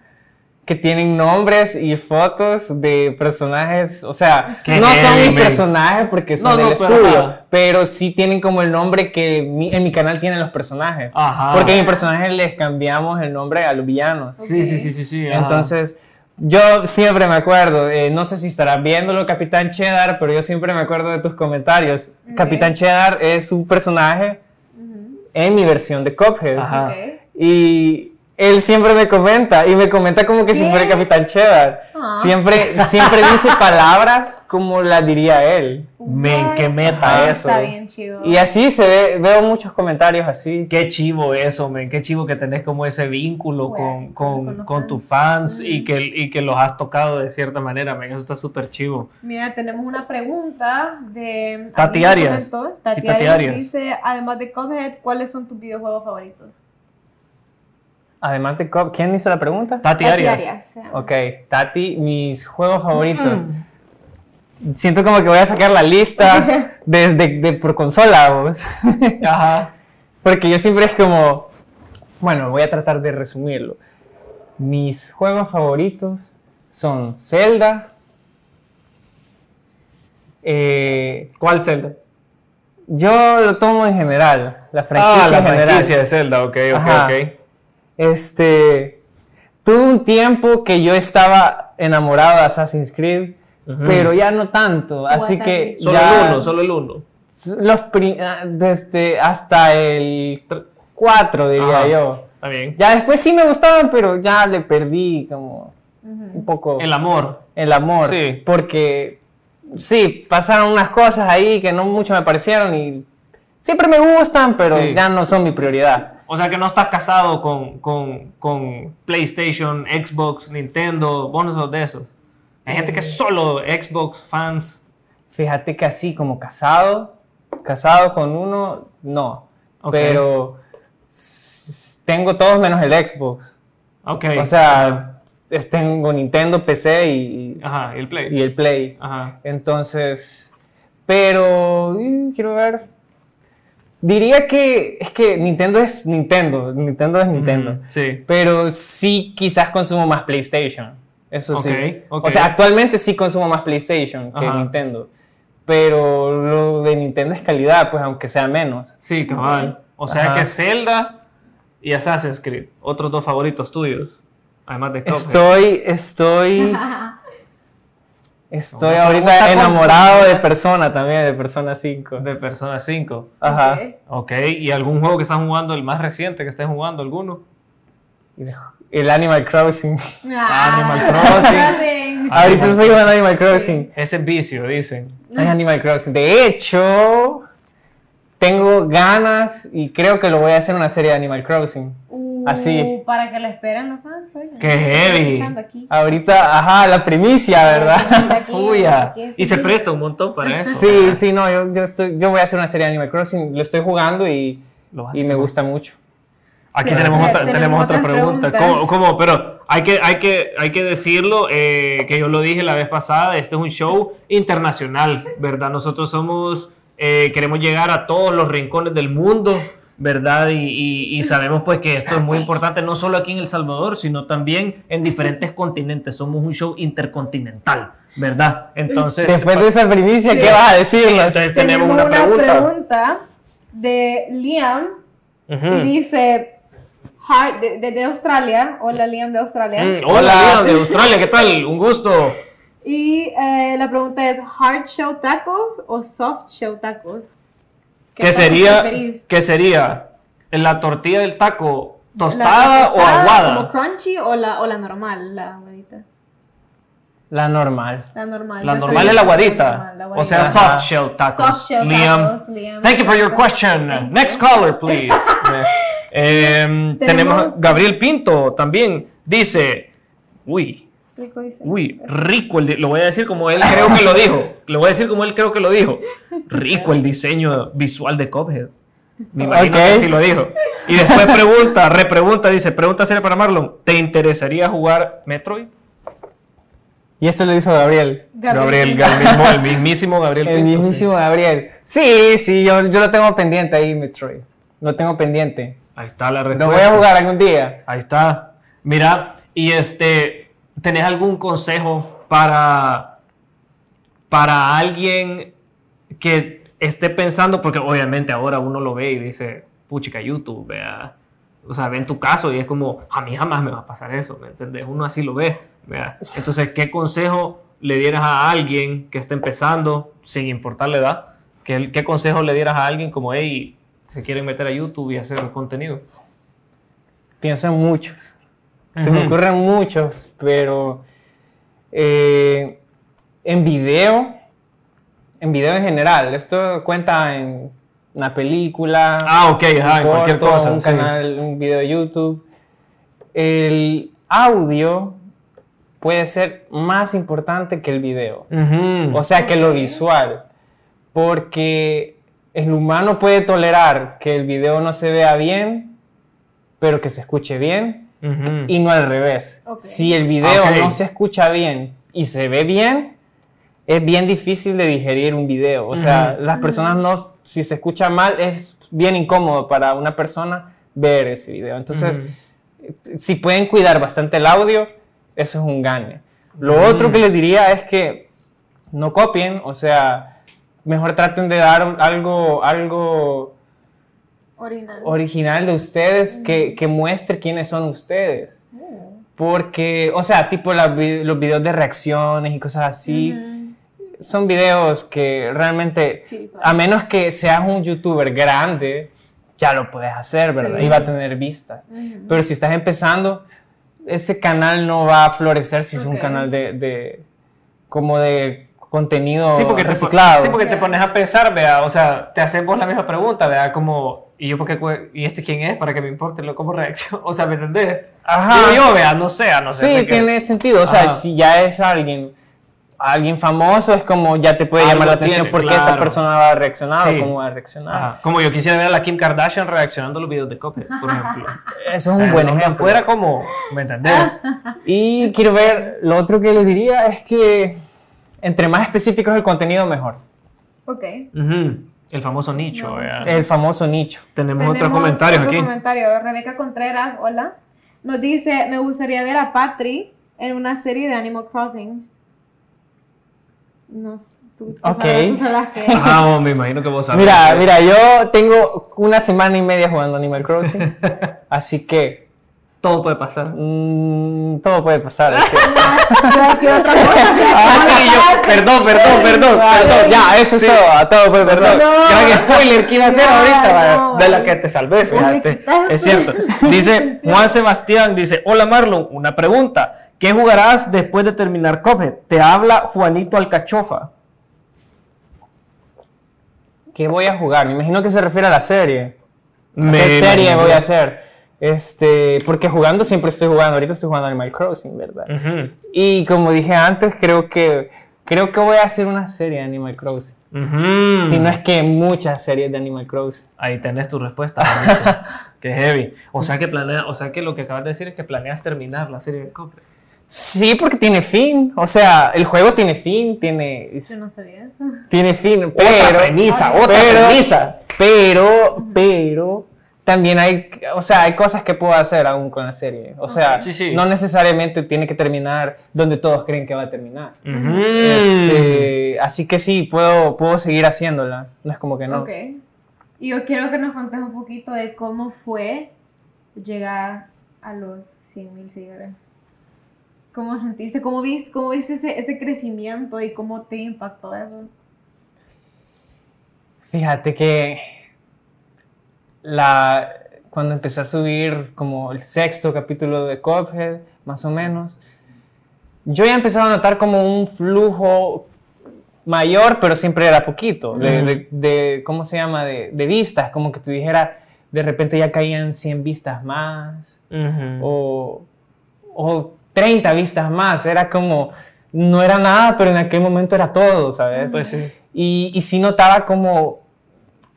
que tienen nombres y fotos de personajes, o sea,
Qué
no son
heavy,
mis
man.
personajes porque son
No, no,
del
pero
estudio,
ajá.
pero sí tienen como el nombre que mi- en mi canal tienen los personajes.
Ajá.
Porque en mi personaje les cambiamos el nombre a los villanos.
Sí, sí, sí, sí, sí. ajá.
Entonces, yo siempre me acuerdo, eh, no sé si estarás viéndolo, Capitán Cheddar, pero yo siempre me acuerdo de tus comentarios.
Ok.
Capitán Cheddar es un personaje
Ujú.
en mi versión de Cuphead.
Ajá.
Ok.
Y él siempre me comenta, y me comenta como que si
¿Qué?
fuera el Capitán Cheddar.
Ah.
Siempre, siempre dice palabras como las diría él.
Men,
What?
qué meta
Ajá,
eso.
Está bien chido.
Y así se ve, veo muchos comentarios así.
Qué chivo eso, men, qué chivo que tenés como ese vínculo
Bueno,
con,
con
con,
los
con tus
fans.
fans y que, y que los has tocado de cierta manera, men, eso está súper chivo.
Mira, tenemos una pregunta de...
Tati
alguien
Arias.
comentó, Tati,
Y Tati
Arias
Arias.
dice, además de Cuphead, ¿cuáles son tus videojuegos favoritos?
Además de Cuphead, ¿quién hizo la pregunta?
Tati Arias. Mm.
se llama.
Ok, Tati, mis juegos favoritos.
Mm.
Siento como que voy a sacar la lista de, de- de por consola, vos.
Ajá.
Porque yo siempre es como, bueno, voy a tratar de resumirlo. Mis juegos favoritos son Zelda, eh,
¿Cuál Zelda?
yo lo tomo en general, la franquicia
ah, la
en general.
franquicia de Zelda, ok, ok,
Ajá.
ok.
Este, tuve un tiempo que yo estaba enamorado de Assassin's Creed,
Ujú.
pero ya no tanto, así que
Wasabi.
Solo
ya
el uno, solo el uno.
los pri- ah, desde hasta el 4 diría
Ajá.
yo.
Está bien.
Ya después sí me gustaban, pero ya le perdí como un poco
El amor.
el amor.
Sí.
Porque sí, pasaron unas cosas ahí que no mucho me parecieron y siempre me gustan, pero
Sí.
ya no son mi prioridad.
O sea que no estás casado con, con, con PlayStation, Xbox, Nintendo, bonos de esos. Hay
Eh.
gente que es solo Xbox fans.
Fíjate que así como casado, casado con uno, no.
Ok.
Pero s- tengo todos menos el Xbox.
Ok.
O sea, es- tengo Nintendo, PC y,
Ajá, y el Play.
y el Play.
Ajá.
Entonces, pero mm, quiero ver. Diría que es que Nintendo es Nintendo, Nintendo es Nintendo.
Ujú, Mm, Sí.
Pero sí, quizás consumo más PlayStation. Eso sí.
Ok, ok.
O sea, actualmente sí consumo más PlayStation que
Ajá.
Nintendo. Pero lo de Nintendo es calidad, pues aunque sea menos.
Sí, cabal. O sea
Ajá.
que Zelda y Assassin's Creed, otros dos favoritos tuyos. Además de Cuphead.
Estoy, estoy, estoy
Una pregunta
ahorita
con-
enamorado de Persona también, de Persona 5.
de Persona 5.
Ajá.
Ok.
Ok, ¿y algún juego que estás jugando, el más reciente que estés jugando, alguno?
Y de- El Animal Crossing.
Ah, Animal
Ah, Crossing.
Ahorita estoy jugando Animal Crossing.
Ese es vicio, dicen.
Ay, Animal Crossing. De hecho, tengo ganas y creo que lo voy a hacer una serie de Animal Crossing.
Uh,
Así.
Para que lo esperen los fans. oigan.
Qué heavy.
Escuchando aquí.
Ahorita, ajá, la
Ah,
primicia, ¿verdad?
Aquí,
Uya.
aquí,
Y se
sí.
presta un montón para eso.
Sí, sí, no, yo, yo, estoy- yo voy a hacer una serie de Animal Crossing, lo estoy jugando y,
Lo vas a
y me gusta mucho.
Aquí
Pero
tenemos
ya
otra,
tenemos
tenemos otra
otras
pregunta.
preguntas.
¿Cómo, cómo? Pero hay que, hay que, hay que decirlo, eh, que yo lo dije la vez pasada, este es un show internacional, ¿verdad? Nosotros somos, eh, queremos llegar a todos los rincones del mundo, ¿verdad? Y, y- y sabemos pues que esto es muy importante, no solo aquí en El Salvador, sino también en diferentes continentes. Somos un show intercontinental, ¿verdad? Entonces... pues,
Después de esa primicia,
Sí.
¿qué vas a decirnos?
entonces tenemos una pregunta.
pregunta de Liam y
Ujú.
dice "Hi", de, de- de Australia. Hola Liam de Australia.
Mm, Hola, de Australia, ¿qué tal? Un gusto.
Y eh, la pregunta es hard shell tacos o soft shell tacos.
que
tacos
sería
preferís?
que sería la tortilla del taco
¿La
tostada, o
tostada
aguada
Como crunchy o la, o la normal, la aguadita.
La normal.
La normal.
la
Yo
normal
soy
es la
normal, la
guarita o
aguadita.
sea
Ajá.
soft shell tacos
Soft shell
Liam
tacos, Liam.
thank you for your question
Thank you.
next caller please Em, tenemos
Tenemos-
Gabriel Pinto también dice uy
Rico dice.
Este,
uy rico el di- lo voy a decir como él creo que lo dijo lo voy a decir como él creo que lo dijo rico el diseño visual de Cophead Me imagino que
Ok.
sí lo dijo. Y después pregunta, repregunta, dice, pregunta seria para Marlon, ¿te interesaría jugar Metroid?
Y esto lo hizo Gabriel.
Gabriel, Gabriel, mismo- el mismísimo Gabriel.
El
Pinto, sí.
mismísimo Gabriel. Sí, sí, yo, yo lo tengo pendiente ahí, Metroid. Lo tengo pendiente.
Ahí está la respuesta.
Lo voy a jugar algún día.
Ahí está. Mira, y este, ¿tenés algún consejo para, para alguien que esté pensando? Porque obviamente ahora uno lo ve y dice, puchica, YouTube, vea. O sea, ven tu caso y es como, a mí jamás me va a pasar eso, ¿me entiendes? Uno así lo ve, vea. Entonces, ¿qué consejo le dieras a alguien que está empezando, sin importar la edad? ¿Qué, qué consejo le dieras a alguien como, hey, se quieren meter a YouTube y hacer contenido?
Pienso en muchos. Se me
Ujú.
ocurren muchos, pero eh, en video, en video en general, esto cuenta en una película,
Ah, ok, ajá, en
un
cualquier
corto,
cosa.
un
sí.
canal, un video de YouTube. El audio puede ser más importante que el video.
Ujú.
O sea, que lo visual. Porque el humano puede tolerar que el video no se vea bien, pero que se escuche bien,
Ujú.
y no al revés.
Ok.
Si el video
Ah, ok.
no se escucha bien y se ve bien, es bien difícil de digerir un video. O sea,
Ujú.
las personas no, si se escucha mal, es bien incómodo para una persona ver ese video. Entonces,
Ujú.
si pueden cuidar bastante el audio, eso es un gane. Lo
Mm.
otro que les diría es que no copien, o sea, mejor traten de dar algo, algo
Original.
original de ustedes que, que muestre quiénes son ustedes.
Mm.
Porque, o sea, tipo las vi- los videos de reacciones y cosas así, son videos que realmente, a menos que seas un youtuber grande, ya lo puedes hacer, ¿verdad?
Sí.
Y va a tener vistas. Pero si estás empezando, ese canal no va a florecer si es un
Ok.
canal de, de- como de contenido
Sí, porque te,
reciclado.
sí, porque te
Ya.
pones a pensar, vea, o sea, te hacen vos la misma pregunta, vea, como, ¿y yo por qué, cue- y este quién es? Para que me importe lo cómo reacciona, o sea, ¿me entendés?
Ajá.
Digo yo, vea, no sé, ah, no sé.
sí,
de qué-
tiene sentido. O sea,
Ajá.
si ya es alguien, alguien famoso, es como ya te puede
Algo
llamar la atención
tiene,
porque esta
claro.
persona va a reaccionar
Sí.
o cómo va a reaccionar.
Ajá, Como yo quisiera ver a la Kim Kardashian reaccionando a los videos de Cophead, por ejemplo.
Eso es
O sea,
un buen
no me
ejemplo.
Fuera como, ¿me entendés?
Y quiero ver, lo otro que les diría es que entre más específico es el contenido, mejor.
Ok.
Ujú, El famoso nicho,
No,
vea.
El famoso nicho.
Tenemos, otros
Tenemos
comentarios
otro
aquí.
comentario. Rebeca Contreras, hola. Nos dice, me gustaría ver a Patri en una serie de Animal Crossing. No sé, tú, tú
Ok.
sabrás, tú sabrás qué es.
Ajá, oh, me imagino que vos sabés.
Mira, mira, yo tengo una semana y media jugando Animal Crossing, así que
Todo puede pasar.
mm, todo puede pasar. sí.
Ah, sí, yo- perdón, perdón, perdón,
Perdón,
perdón, ya.
ya, eso es todo, a todo puede pasar.
Perdón, ya que spoiler que iba a hacer
Ya,
ahorita, vaya,
no,
de la
vale.
que te salvé,
le
fíjate.
quitaste.
Es cierto. Dice Juan Sebastián, dice, hola Marlon, una pregunta. ¿Qué jugarás después de terminar Cophead? Te habla Juanito Alcachofa.
¿Qué voy a jugar? Me imagino que se refiere a la serie. ¿Qué
Me-
serie
me-
voy a hacer? Este, porque jugando siempre estoy jugando. Ahorita estoy jugando Animal Crossing,
Mm.
¿verdad?
Ujú,
Y como dije antes, creo que creo que voy a hacer una serie de Animal Crossing.
ujú.
Si no es que muchas series de Animal Crossing.
Ahí tenés tu respuesta. Juanito. Qué heavy. O sea que planea, o sea que lo que acabas de decir es que planeas terminar la serie de Cophead.
Sí, porque tiene fin. O sea, el juego tiene fin, tiene
Yo no sabía eso.
tiene fin,
Otra
pero
premisa, otra
pero,
premisa.
Pero pero también hay, o sea, hay cosas que puedo hacer aún con la serie. O sea,
Sí, sí.
no necesariamente tiene que terminar donde todos creen que va a terminar.
Ujú.
Hmm. Este, así que sí, puedo, puedo seguir haciéndola. No es como que no.
Ok. Y yo quiero que nos contes un poquito de cómo fue llegar a los 100 mil seguidores. ¿Cómo sentiste? ¿Cómo viste, cómo viste ese, ese crecimiento y cómo te impactó eso?
Fíjate que la, cuando empecé a subir como el sexto capítulo de Cuphead, más o menos, yo ya empezaba a notar como un flujo mayor, pero siempre era poquito, de,
Ujú.
de- de- ¿cómo se llama?, de, de vistas, como que tú dijera, de repente ya caían 100 vistas más,
Ujú.
o, o 30 vistas más, era como, no era nada, pero en aquel momento era todo, ¿sabes?
Pues sí.
Y, y sí notaba como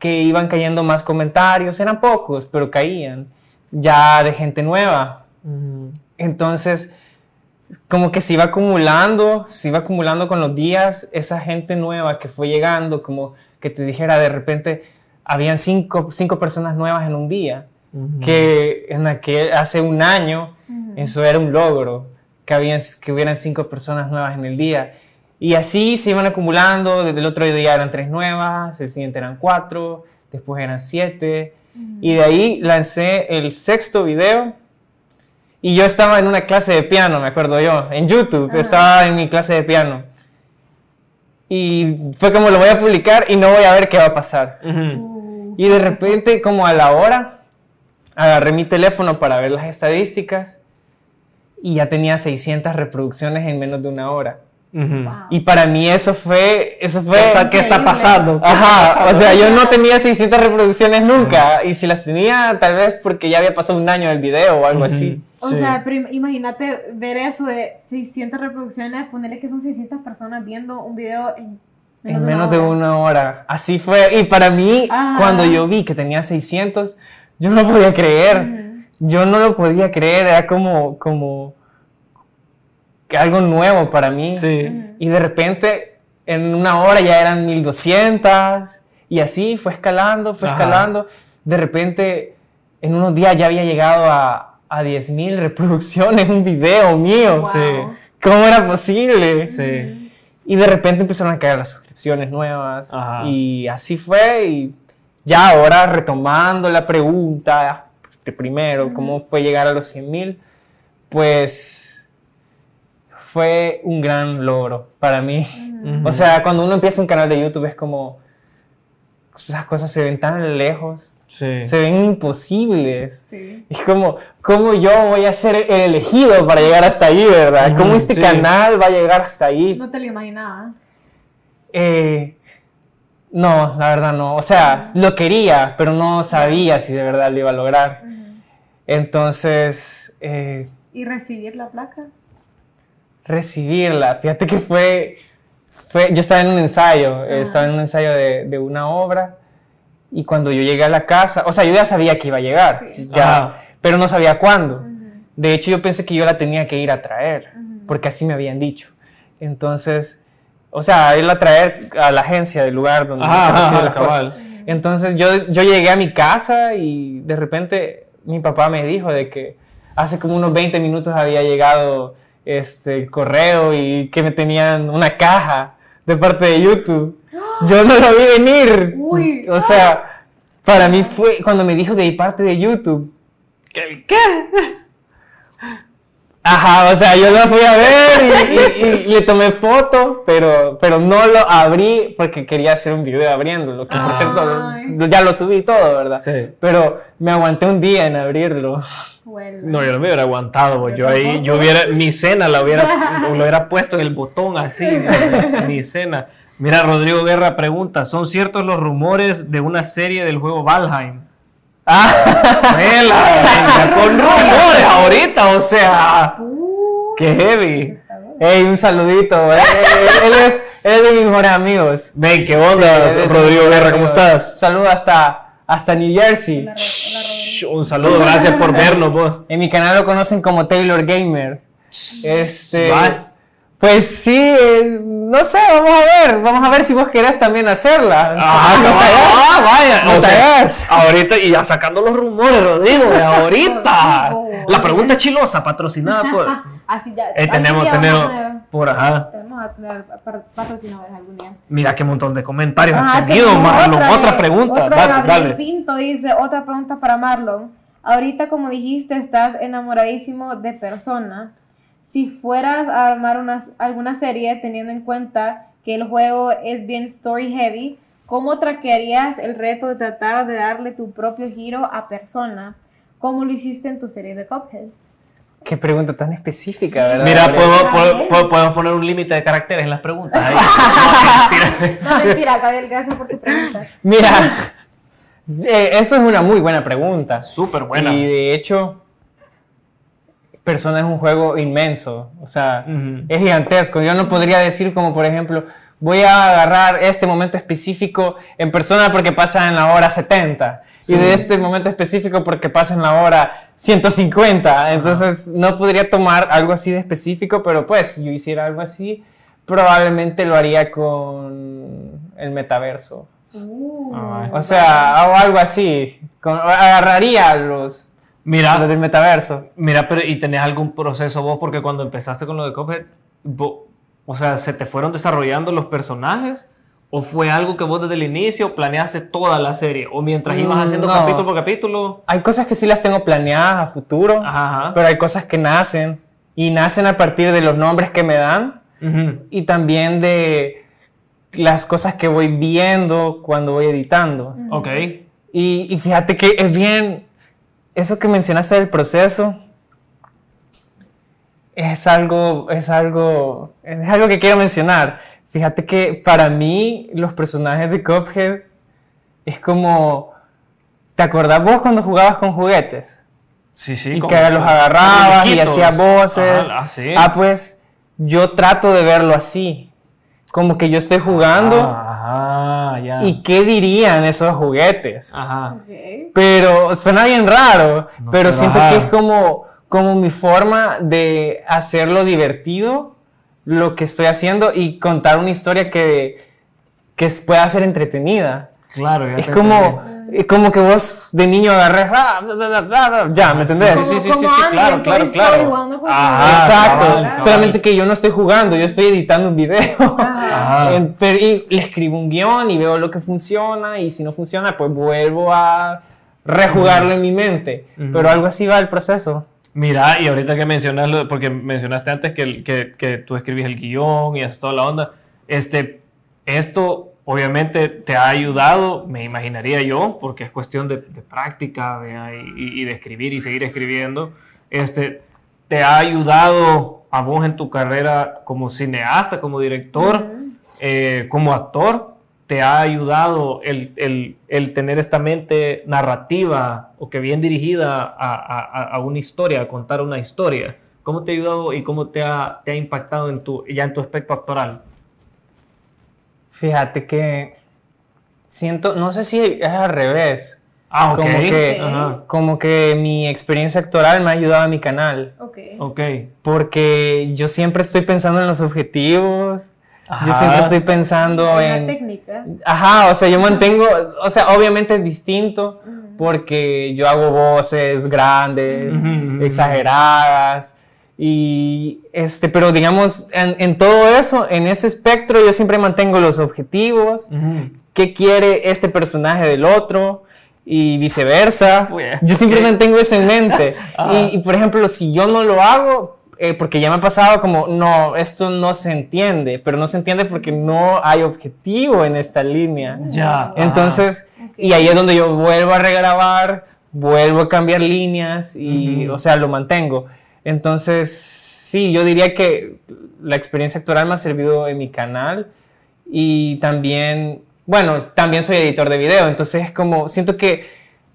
que iban cayendo más comentarios, eran pocos, pero caían, ya de gente nueva.
Ujú.
Entonces, como que se iba acumulando, se iba acumulando con los días, esa gente nueva que fue llegando, como que te dijera de repente, habían cinco, cinco personas nuevas en un día, que en aquel, hace un año eso era un logro, que, habían, que hubieran cinco personas nuevas en el día. Y así se iban acumulando, desde el otro día eran tres nuevas, el siguiente eran cuatro, después eran siete. Y de ahí lancé el sexto video y yo estaba en una clase de piano, me acuerdo yo, en YouTube,
Ajá.
estaba en mi clase de piano. Y fue como lo voy a publicar y no voy a ver qué va a pasar.
Ujú.
Uh,
Y de repente, como a la hora, agarré mi teléfono para ver las estadísticas y ya tenía 600 reproducciones en menos de una hora.
Ujú.
wow.
Y para mí eso fue, eso
¿Qué está-
fue...
¿Qué está
Increíble.
pasando?
Ajá, o sea, yo no tenía 600 reproducciones nunca y si las tenía tal vez porque ya había pasado un año del video o algo así.
O sea, pero im- imagínate ver eso de 600 reproducciones, ponerle que son 600 personas viendo un video en
En menos de
una hora. Ah.
una hora. Así fue. Y para mí,
Ajá.
cuando yo vi que tenía 600, yo no podía creer.
Ujú.
yo no lo podía creer, era como, como que algo nuevo para mí.
Sí.
Ujú.
Y de repente, en una hora ya eran 1200 y así fue escalando, fue
Ajá.
escalando. De repente, en unos días ya había llegado a, a 10.000 reproducciones, un video mío.
Wow.
¿Cómo era posible?
Sí.
Y de repente empezaron a caer las suscripciones nuevas
Ajá.
y así fue y ya ahora retomando la pregunta de primero, ¿cómo fue llegar a los 100 mil? Pues fue un gran logro para mí.
Ujú.
O sea, cuando uno empieza un canal de YouTube es como, esas cosas se ven tan lejos,
Sí.
se ven imposibles.
Sí.
Es como, ¿cómo yo voy a ser el elegido para llegar hasta ahí, verdad? ¿Cómo
Ujú,
este
sí.
canal va a llegar hasta ahí?
No te lo imaginabas.
Eh, no, la verdad no. O sea, lo quería, pero no sabía si de verdad lo iba a lograr. Entonces, eh,
Y recibir la placa.
recibirla. Fíjate que fue, fue- Yo estaba en un ensayo, eh,
Ajá.
estaba en un ensayo de, de una obra. Y cuando yo llegué a la casa, o sea, yo ya sabía que iba a llegar,
Sí.
ya,
Ajá.
pero no sabía cuándo.
Ujú,
De hecho, yo pensé que yo la tenía que ir a traer,
Ujú.
porque así me habían dicho. Entonces, o sea, irla a traer a la agencia del lugar donde
Ajá,
había
ajá,
sido
ajá,
la cosa.
cabal.
Entonces yo, yo llegué a mi casa y de repente mi papá me dijo de que hace como unos 20 minutos había llegado este el correo y que me tenían una caja de parte de YouTube. Yo no lo vi venir.
Uy. ¡ah!
O sea, para mí fue cuando me dijo de parte de YouTube.
¿Qué?
Ajá, o sea, yo lo fui a ver y, y- y le tomé foto, pero, pero no lo abrí porque quería hacer un video abriéndolo, que por
Ay.
cierto ya lo subí y todo, ¿verdad?
Sí.
Pero me aguanté un día en abrirlo.
Huele.
No, yo no me hubiera aguantado, pues,
Yo
yo ahí,
tampoco.
yo hubiera, mi cena la hubiera, lo hubiera puesto en el botón así, mi- mi cena. Mira, Rodrigo Guerra pregunta, ¿son ciertos los rumores de una serie del juego Valheim?
Ah,
Vela, venga, con rumores ahorita, o sea,
Uh,
qué heavy.
está bueno.
ey, un saludito. eh, Él, es, él es de mis mejores amigos.
Ven, qué onda,
Sí, él es de mis
Rodrigo
mejores
Guerra, ¿cómo
amigos.
estás?
Saludo hasta, hasta New Jersey.
Hola, Ro- hola, Rodrigo.
Shh, Un saludo, gracias por vernos vos.
En mi canal lo conocen como Taylor Gamer. Este.
Bye.
Pues sí, eh, no sé, vamos a ver. Vamos a ver si vos querés también hacerla.
Ah,
No
cabal,
te hagas,
ah, vaya.
no
o
te
sea,
hagas.
ahorita, y ya sacando los rumores, Rodrigo, de ahorita.
Rodrigo.
La pregunta chilosa, patrocinada por.
Así ya.
Eh,
algún
tenemos,
día vamos
tenemos.
a tener-
Por ajá.
Tenemos a tener par- patrocinadores algún día.
Mira qué montón de comentarios
Ajá,
has tenido,
tenemos
Marlon. Otra,
de-
pregunta,
Ah, otra de
dale,
Gabriel
dale.
Pinto dice, otra pregunta para Marlon. Ahorita, como dijiste, estás enamoradísimo de persona. Si fueras a armar una, alguna serie, teniendo en cuenta que el juego es bien story heavy, ¿cómo traquearías el reto de tratar de darle tu propio giro a persona? ¿Cómo lo hiciste en tu serie de Cuphead?
Qué pregunta tan específica, ¿verdad?
Mira,
Gabriel?
¿puedo,
Gabriel.
puedo- puedo- podemos poner un límite de caracteres en las preguntas. Ahí. No, mentira.
No, mentira, Gabriel, gracias por tu pregunta.
Mira, eh, eso es una muy buena pregunta.
Súper buena.
Y de hecho, Persona es un juego inmenso. O sea,
Ujú.
es gigantesco. Yo no podría decir como, por ejemplo, voy a agarrar este momento específico en Persona porque pasa en la hora 70.
Sí.
Y de este momento específico porque pasa en la hora 150. Entonces, no podría tomar algo así de específico, pero pues, si yo hiciera algo así, probablemente lo haría con el metaverso.
Uh,
Ay.
O sea, o algo así. Con- agarraría los,
Mira,
los del metaverso.
Mira, pero ¿y tenés algún proceso vos? Porque cuando empezaste con lo de Cuphead, vo- o sea, ¿se te fueron desarrollando los personajes? ¿O fue algo que vos desde el inicio planeaste toda la serie? ¿O mientras ibas
Mm,
haciendo
no.
capítulo por capítulo?
Hay cosas que sí las tengo planeadas a futuro,
Ajá, ajá.
pero hay cosas que nacen. Y nacen a partir de los nombres que me dan
Ujú.
y también de las cosas que voy viendo cuando voy editando.
Ujú.
Ok.
Y, y fíjate que es bien, eso que mencionaste del proceso, es algo, es algo, es algo que quiero mencionar. Fíjate que para mí los personajes de Cuphead es como, ¿te acordás vos cuando jugabas con juguetes?
Sí, sí.
Y
como-
que los agarrabas y
muñequitos.
hacías voces.
Ajá, ah, sí.
Ah, pues yo trato de verlo así, como que yo estoy jugando
Ah, ajá, ya.
y qué dirían esos juguetes.
Ajá.
Ok.
Pero suena bien raro,
No,
pero
pero
siento
ajá.
que es como, como mi forma de hacerlo divertido, lo que estoy haciendo y contar una historia que, que s- pueda ser entretenida.
Claro, ya
Es
te
como,
entendí.
Y como que vos de niño agarrás, ah, bla, bla, bla, bla, ya, ¿me entendés?
Como-
Sí, sí, sí,
como
sí, sí,
Andy
claro,
en Toy
claro,
Story
claro.
jugando con-
Ajá,
Exacto,
cabal, cabal.
solamente que yo no estoy jugando, yo estoy editando un video.
Ajá.
Ajá.
En- pero- y le escribo un guión y veo lo que funciona y si no funciona, pues vuelvo a rejugarlo en mi mente.
Ujú.
Pero algo así va el proceso.
Mira, y ahorita que mencionas, lo- porque mencionaste antes que, el- que, que tú escribís el guión y haces toda la onda, este, esto obviamente te ha ayudado, me imaginaría yo, porque es cuestión de, de práctica de- y, y de escribir y seguir escribiendo, este, te ha ayudado a vos en tu carrera como cineasta, como director,
Ujú.
eh, como actor, te ha ayudado el, el- el tener esta mente narrativa o que bien dirigida a, a- a- a una historia, a contar una historia? ¿Cómo te ha ayudado y cómo te ha, te ha impactado en tu, ya en tu aspecto actoral?
Fíjate que siento, no sé si es al revés,
Ah,
Como que-
Ajá.
como que mi experiencia actoral me ha ayudado a mi canal,
Ok.
Ok.
porque yo siempre estoy pensando en los objetivos, yo
Ajá.
siempre estoy pensando
Una
en...
técnica.
Ajá, o sea, yo mantengo, o sea, obviamente es distinto,
Ujú.
porque yo hago voces grandes,
Ujú, ujú.
exageradas, y este, pero digamos, en, en todo eso, en ese espectro, yo siempre mantengo los objetivos,
Ujú.
qué quiere este personaje del otro, y viceversa.
Uy, eh,
Yo siempre
ok.
mantengo eso en mente.
Ajá.
y, y, por ejemplo, si yo no lo hago, eh, porque ya me ha pasado como, no, esto no se entiende, pero no se entiende porque no hay objetivo en esta línea.
Ya. ajá.
Entonces,
Ok.
y ahí es donde yo vuelvo a regrabar, vuelvo a cambiar líneas y,
Ujú.
o sea, lo mantengo. Entonces, sí, yo diría que la experiencia actoral me ha servido en mi canal y también, bueno, también soy editor de video, entonces es como, siento que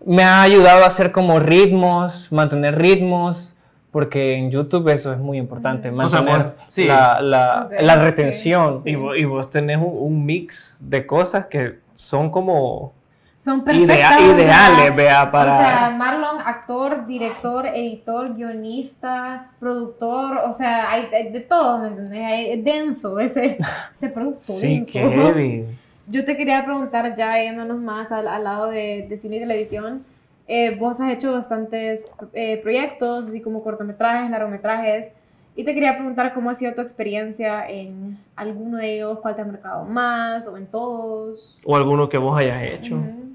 me ha ayudado a hacer como ritmos, mantener ritmos, porque en YouTube eso es muy importante,
Ujú.
O sea,
mantener
bueno, sí.
la, la-
Ok,
la
ok.
retención.
Y, vos, y vos tenés un, un mix de cosas que son como
Son
idea-
perfectas. o sea,
ideales, vea, para...
O sea, Marlon, actor, director, editor, guionista, productor, o sea, hay de, de todo, ¿me entendés? Hay- Es denso ese, ese producto.
sí,
denso.
qué heavy.
Yo te quería preguntar, ya yéndonos más al, al lado de, de cine y televisión, eh, vos has hecho bastantes eh, proyectos, así como cortometrajes, largometrajes, y te quería preguntar cómo ha sido tu experiencia en alguno de ellos, cuál te ha marcado más o en todos.
O alguno que vos hayas hecho.
Ujú.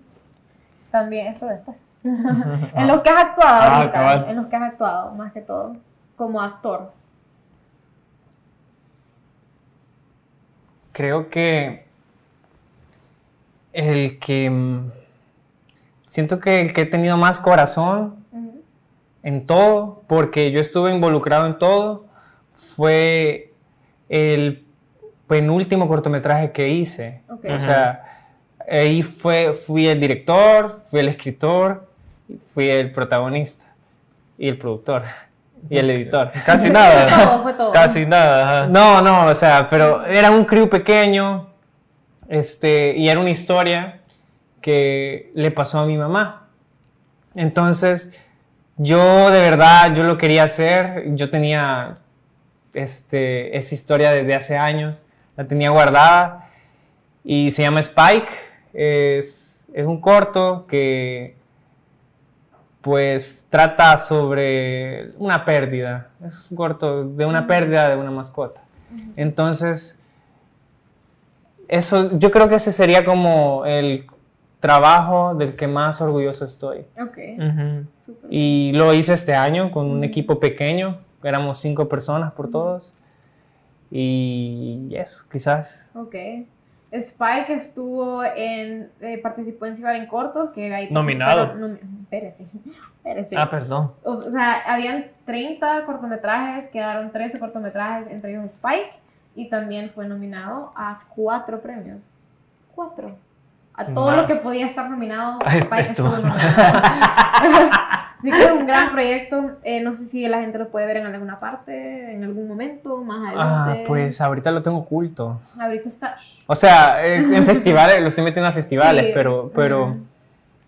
También eso después. en los que has actuado,
Ah,
ahorita,
cabal.
en los que has actuado, más que todo, como actor.
Creo que el que mm, siento que el que he tenido más corazón
Ujú.
en todo, porque yo estuve involucrado en todo, fue el penúltimo cortometraje que hice.
Ok.
O sea, ahí fue, fui el director, fui el escritor, fui el protagonista y el productor y el editor.
Casi
Fue
nada.
todo, fue todo.
Casi nada. ajá.
No, no, o sea, pero era un crew pequeño, este, y era una historia que le pasó a mi mamá. Entonces, yo de verdad, yo lo quería hacer, yo tenía, este, esa historia desde hace años, la tenía guardada, y se llama Spike, es, es un corto que, pues, trata sobre una pérdida, es un corto de una pérdida de una mascota.
Ujú.
Entonces, eso, yo creo que ese sería como el trabajo del que más orgulloso estoy.
Ok,
Ujú.
súper.
Y lo hice este año con un
Ujú.
equipo pequeño, éramos cinco personas por todos. Y eso, quizás.
Ok. Spike estuvo en. eh, participó en Cibar en Corto, que ahí.
Nominado.
participaron- nomi- Espérese. espérese.
Ah, perdón.
O sea, habían 30 cortometrajes, quedaron 13 cortometrajes, entre ellos Spike, y también fue nominado a cuatro premios. Cuatro. A todo
Wow.
lo que podía estar nominado,
Ah, este
Spike estuvo
estuvo.
nominado. Así que es un gran proyecto. eh, no sé si la gente lo puede ver en alguna parte, en algún momento, más
Ah,
adelante.
pues ahorita lo tengo oculto.
Ahorita está. Sí,
O sea, eh, en festivales, lo estoy metiendo a festivales, pero,
ajá.
pero,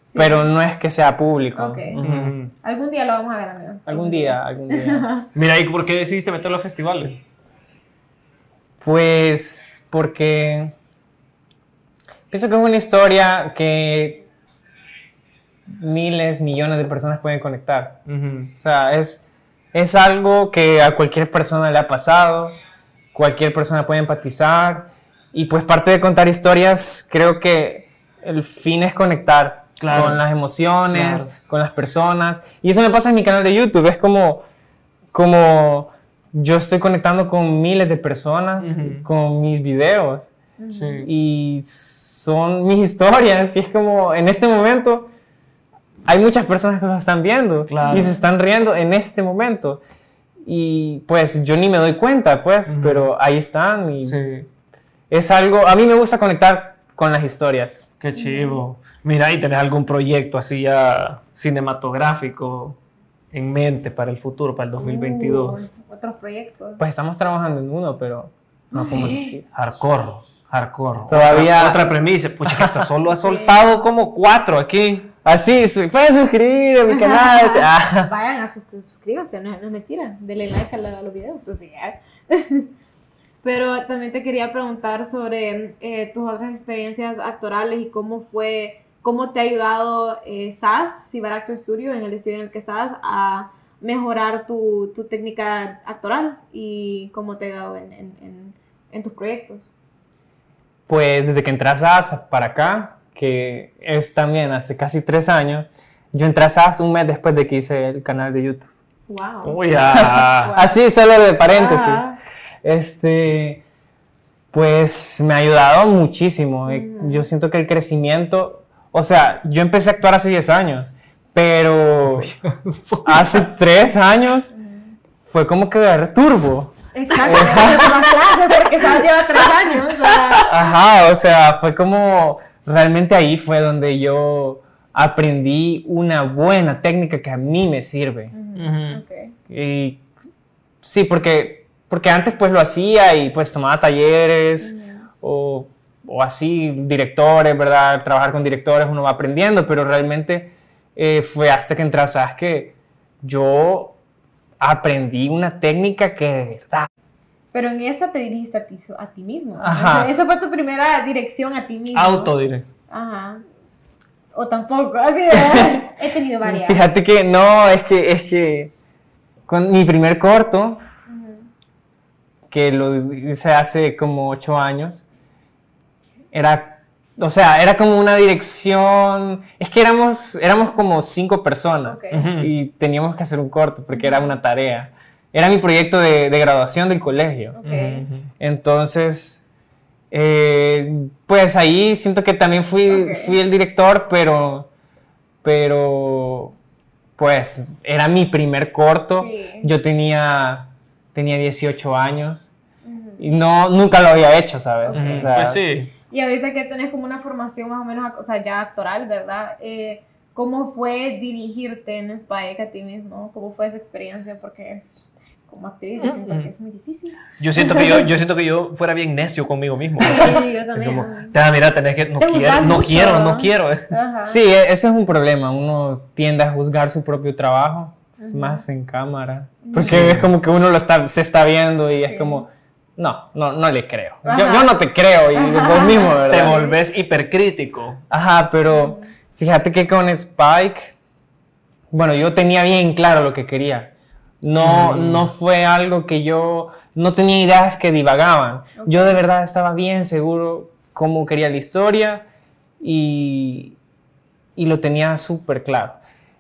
Sí.
pero no es que sea público.
Ok.
Ujú.
Ujú.
Algún día lo vamos a ver, amigos.
Algún día, algún día.
Mira, ¿y por qué decidiste meterlo a festivales?
Pues porque pienso que es una historia que miles, millones de personas pueden conectar. O sea, es, es algo que a cualquier persona le ha pasado, cualquier persona puede empatizar. Y pues parte de contar historias, creo que el fin es conectar
Claro.
con las emociones,
Claro.
con las personas. Y eso me pasa en mi canal de YouTube, es como, como yo estoy conectando con miles de personas,
Ujú.
con mis videos
Ujú.
Sí.
y son mis historias y es como en este momento hay muchas personas que lo están viendo
Claro.
y se están riendo en este momento y pues yo ni me doy cuenta pues
Ujú.
pero ahí están y
Sí.
es algo a mí me gusta conectar con las historias
Qué chivo. Mira, ¿y tenés algún proyecto así ya cinematográfico en mente para el futuro, para el 2022?
Uh, otros proyectos.
pues estamos trabajando en uno pero no podemos decir
Hardcore, hardcore.
Todavía-
Otra, otra premisa. Pucha, que hasta solo ha soltado como cuatro aquí.
así su- pueden suscribir a mi canal ah, o sea,
Vayan a su- suscríbanse, no, no es mentira. Denle like a, la- a los videos. o sea. Pero también te quería preguntar sobre eh, tus otras experiencias actorales y cómo fue, cómo te ha ayudado eh, SAS, Cibar Actor Studio, en el estudio en el que estás, a mejorar tu, tu técnica actoral y cómo te ha ayudado en, en- en- en tus proyectos.
Pues desde que entras a SAS para acá, que es también hace casi tres años, yo entré a SAS un mes después de que hice el canal de YouTube.
¡Wow!
Uy, ah.
Así, solo de paréntesis.
Ajá.
Este, pues me ha ayudado muchísimo. Eh,
Ujú.
Yo siento que el crecimiento, o sea, yo empecé a actuar hace 10 años, pero hace tres años fue como que agarré turbo.
mm. Exacto, es una clase porque SAS lleva tres años. o sea,
Ajá, o sea, fue como realmente ahí fue donde yo aprendí una buena técnica que a mí me sirve.
Ujú.
ok.
Y sí, porque porque antes pues lo hacía y pues tomaba talleres o, o así directores, ¿verdad? Trabajar con directores uno va aprendiendo, pero realmente eh, fue hasta que entré a SAS que yo aprendí una técnica que de verdad
Pero en esta te dirigiste a ti, so- a ti mismo. ¿no?
Ajá.
O sea, esa fue tu primera dirección a ti mismo.
Autodirect.
Ajá. O tampoco, así de. He tenido varias.
Fíjate que no, es que, es que con mi primer corto,
Ujú.
que lo hice hace como ocho años, era, o sea, era como una dirección, es que éramos, éramos como cinco personas
Ok.
Ujú.
y teníamos que hacer un corto porque era una tarea, era mi proyecto de, de graduación del colegio.
Ok.
Ujú.
Entonces, eh, pues ahí siento que también fui,
Ok.
fui el director, pero, pero, pues era mi primer corto.
Sí.
Yo tenía, tenía 18 años
Ujú.
y no, nunca lo había hecho, ¿sabes?
Ok.
O
Ujú.
sea,
Pues sí.
Y ahorita que tenés como una formación más o menos, o sea, ya actoral, ¿verdad? Eh, ¿Cómo fue dirigirte en Spike a ti mismo? ¿Cómo fue esa experiencia? Porque como actriz yo siento que es muy difícil.
Yo siento que yo, yo siento que yo fuera bien necio conmigo mismo.
Sí, yo
Es como,
también.
"Ah, mira, tenés que, no
Te
quiero,
gustas
no
mucho".
quiero, no quiero.
Ajá.
Sí, e- ese es un problema. Uno tiende a juzgar su propio trabajo
Ujú.
más en cámara.
Ujú.
Porque es como que uno lo está, se está viendo y
Sí.
es como, no, no, no le creo. Yo,
Ajá.
yo no te creo y
Ajá.
vos mismo,
Te
¿verdad?
volvés hipercrítico.
Ajá, pero fíjate que con Spike, bueno, yo tenía bien claro lo que quería. No,
Mm.
no fue algo que yo, no tenía ideas que divagaban. Yo de verdad estaba bien seguro cómo quería la historia y, y lo tenía súper claro.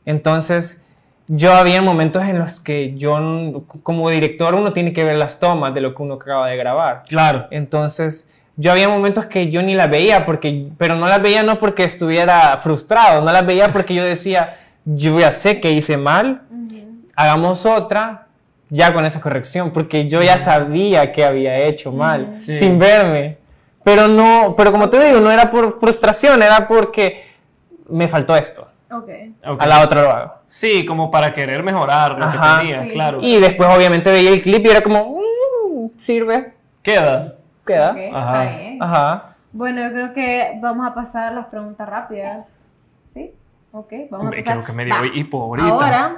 Entonces, yo había momentos en los que yo, n- como director, uno tiene que ver las tomas de lo que uno acaba de grabar.
Claro.
Entonces, yo había momentos que yo ni las veía, porque, pero no las veía no porque estuviera frustrado, no las veía porque yo decía, yo ya sé que hice mal,
Ujú.
hagamos otra ya con esa corrección, porque yo ya sabía que había hecho mal,
Ujú.
Sí.
sin verme. Pero no, pero como te digo, no era por frustración, era porque me faltó esto.
Ok.
Ok.
A la otra lo hago.
Sí, como para querer mejorar lo
Ajá.
que tenía,
Sí.
claro.
Y después obviamente veía el clip y era como, "Mm, sirve,
Queda.
queda.
Ok,
Ajá.
Está bien.
Ajá.
Bueno, yo creo que vamos a pasar a las preguntas rápidas. ¿Sí? Ok, vamos
Me-
a pasar.
Creo que me dio
Va,
hipo ahorita.
Ahora,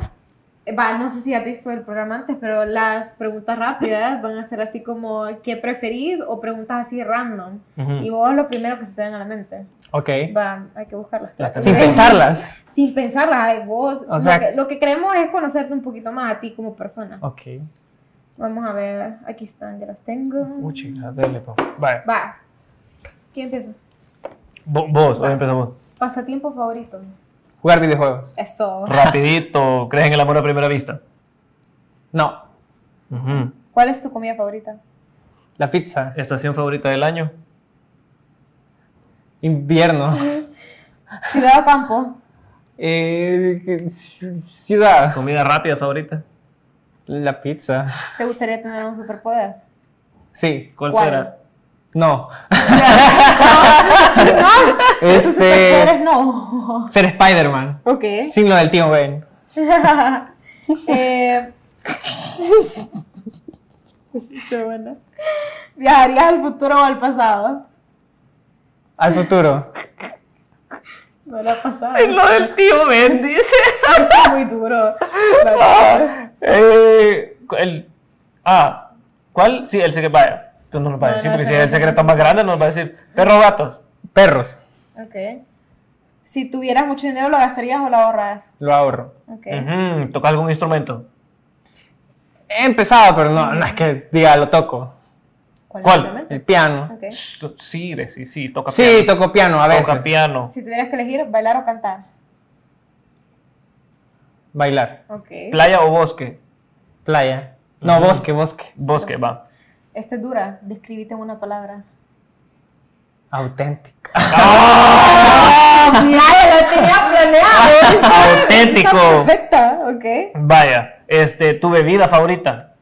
eh, va, no sé si has visto el programa antes, pero las preguntas rápidas van a ser así como, ¿qué preferís? O preguntas así random.
Ujú.
Y vos lo primero que se te venga a la mente.
Ok.
Va, hay que buscarlas.
Las
claro.
Sin
Sí.
pensarlas.
sin pensarla, ay, vos.
O sea-
lo, que, lo que queremos es conocerte un poquito más a ti como persona.
Ok.
Vamos a ver, aquí están, ya las tengo.
Uy, a verle, papá. Vale.
Va. ¿Quién empieza?
Vo- Vos, hoy empezamos.
Pasatiempo favorito.
Jugar videojuegos.
Eso.
Rapidito, ¿crees en el amor a primera vista?
No.
Ujú.
¿Cuál es tu comida favorita?
La pizza.
Estación favorita del año.
Invierno.
Ciudad o campo.
Eh, que- ci- ciudad.
Comida rápida favorita.
La pizza.
¿Te gustaría tener un superpoder?
Sí.
¿Cuál,
¿Cuál?
fuera?
No.
Este-
Tus superpoderes
Este.
no.
Ser Spider-Man.
Ok.
Sin lo del tío Ben.
eh, sí, qué buena. ¿Viajarías al futuro o al pasado?
Al futuro.
No la pasado.
lo del tío Ben, dice.
Está muy duro.
Ah, Eh, el, ah, ¿cuál? Sí, el secreto. Vaya, tú no lo vas a
No,
decir,
no,
porque
ese
si
no.
es el secreto más grande, nos va a decir perro o gatos.
Perros.
Ok. Si tuvieras mucho dinero, ¿lo gastarías o lo ahorras?
Lo ahorro.
Ok.
Ujú, toca algún instrumento.
He empezado, pero no, no es que diga, lo toco.
¿Cuál?
es el momento?
El piano.
Ok.
Shh, to- Sí, sí, sí, toca
Sí,
piano.
toco piano a veces.
Toca piano.
Si tuvieras que elegir, bailar o cantar.
Bailar.
Ok.
¿Playa o bosque?
Playa. No,
Ujú.
bosque, bosque.
Bosque, va.
Esta es dura. Describite en una palabra.
Auténtico.
Mira, ya Ah, lo tenía planeado.
Auténtico.
Perfecta, ok.
Vaya, este, tu bebida favorita.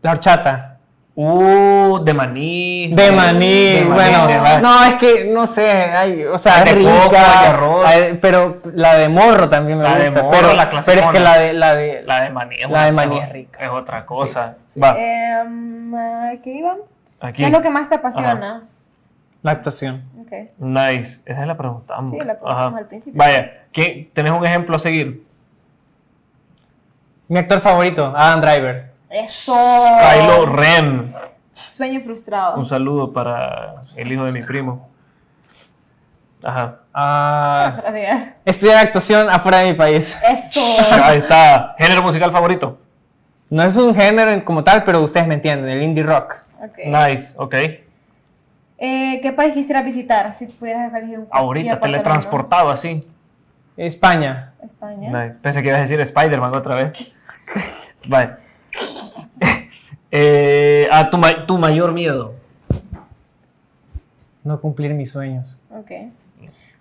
La horchata.
Uh, de maní.
De maní,
de maní,
bueno.
de maní.
no, es que no sé, ay, o sea,
Hay
es
de coco,
rica,
hay de arroz.
ay, pero la de morro también me
La de
gusta,
morro,
pero,
la
pero es
clasicona.
que la de la de
La de maní. es
La de
una-
maní es rica.
Es otra cosa. Va,
Em, ah, ¿Qué iban?
aquí.
¿Qué es lo que más te apasiona?
la actuación.
Ok.
Nice. Esa la preguntamos.
Sí, la preguntamos
Mm, Ajá.
al principio.
Vaya, ¿quién, ¿tenés un ejemplo a seguir?
Mi actor favorito, Adam Driver.
Eso.
Kylo Ren.
Sueño
Un
frustrado.
saludo para el hijo de mi primo. Ajá.
Ah,
Así es.
estudiar actuación afuera de mi país.
Eso.
Ahí está. ¿Género musical favorito?
No es un género como tal, pero ustedes me entienden, el indie rock.
Ok.
Nice, ok.
Eh, ¿Qué país quisieras visitar si pudieras elegir un
Ahorita,
cualquier parte del mundo?
teletransportado así.
España.
España.
Nice. Pensé que ibas a decir Spider-Man otra vez. Vale. Eh, ah, tu, ma- tu mayor miedo.
No cumplir mis sueños.
Ok.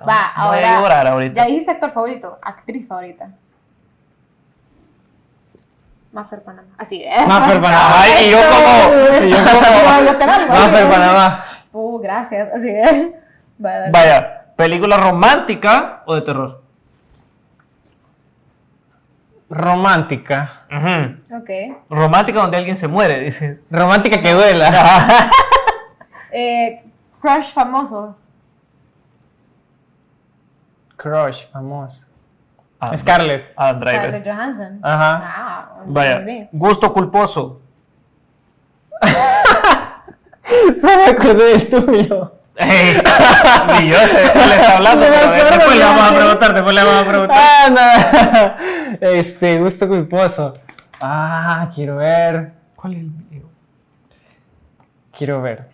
Va,
Voy
ahora-
a llorar ahorita.
Ya dijiste actor favorito, actriz favorita. Maffer Panamá. Ah, Así es.
Maffer Panamá.
Ay, y yo como. y yo como-
Yo te valgo,
Maffer
¿eh?
Panamá.
Uh, gracias. Así es. Va, dale.
Vaya, ¿película romántica o de terror?
Romántica.
Ujú.
Ok.
Romántica donde alguien se muere, dice.
Romántica que duela.
Eh, crush famoso.
Crush, famoso.
Ah,
Scarlett.
Adam Driver.
Scarlett Johansson.
Ajá.
Ah, muy
Vaya,
bien.
gusto culposo.
Solo me acordé del tuyo.
Ey, Ni yo sé de qué le está hablando,
No me
pero de-
acuerdo,
después le
no me
vamos a
acuerdo.
preguntar, después le vamos a preguntar.
Ah, no. Este, gusto culposo. Ah, quiero ver.
¿Cuál es el mío?
Quiero ver.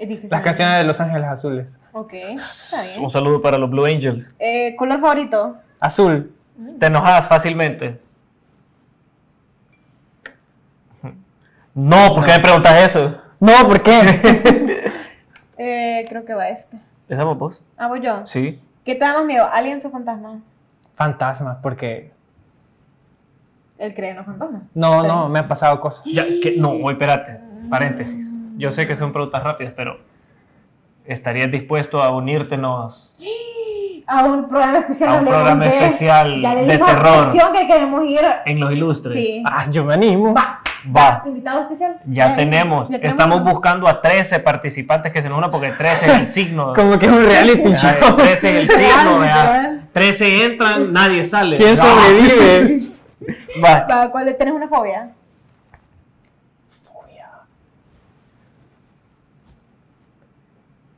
Es difícil.
Las canciones de Los Ángeles Azules.
Ok, está bien.
Un saludo para los Blue Angels.
Eh, color favorito.
Azul.
Te enojas fácilmente. No, ¿por qué me preguntas eso?
No, ¿por qué?
Eh, creo que va este.
¿Esa vos vos?
Ah, voy yo.
Sí.
¿Qué te da más miedo? ¿Aliens o fantasmas?
Fantasmas, porque.
Él cree en los fantasmas.
No,
Sí.
no, me han pasado cosas.
Ya, que, no, voy, espérate. Paréntesis. Yo sé que son preguntas rápidas, pero ¿estarías dispuesto a unírtenos
A un programa especial.
A un
hablemos
programa
de-
especial
ya le
de
dimos
terror.
atención que queremos ir.
en los ilustres?
Sí.
Ah, yo me animo.
Va.
Va.
Invitado especial.
Ya
Le-
tenemos.
le
Estamos
tenemos-
buscando a 13 participantes que se nos unan porque 13 es el signo.
Como que es un reality
Ay,
show.
13 es el
Real,
signo, vea.
literal.
13 entran, nadie sale.
¿Quién
Va.
sobrevive?
Va.
Va, ¿Cuál le tenés una fobia?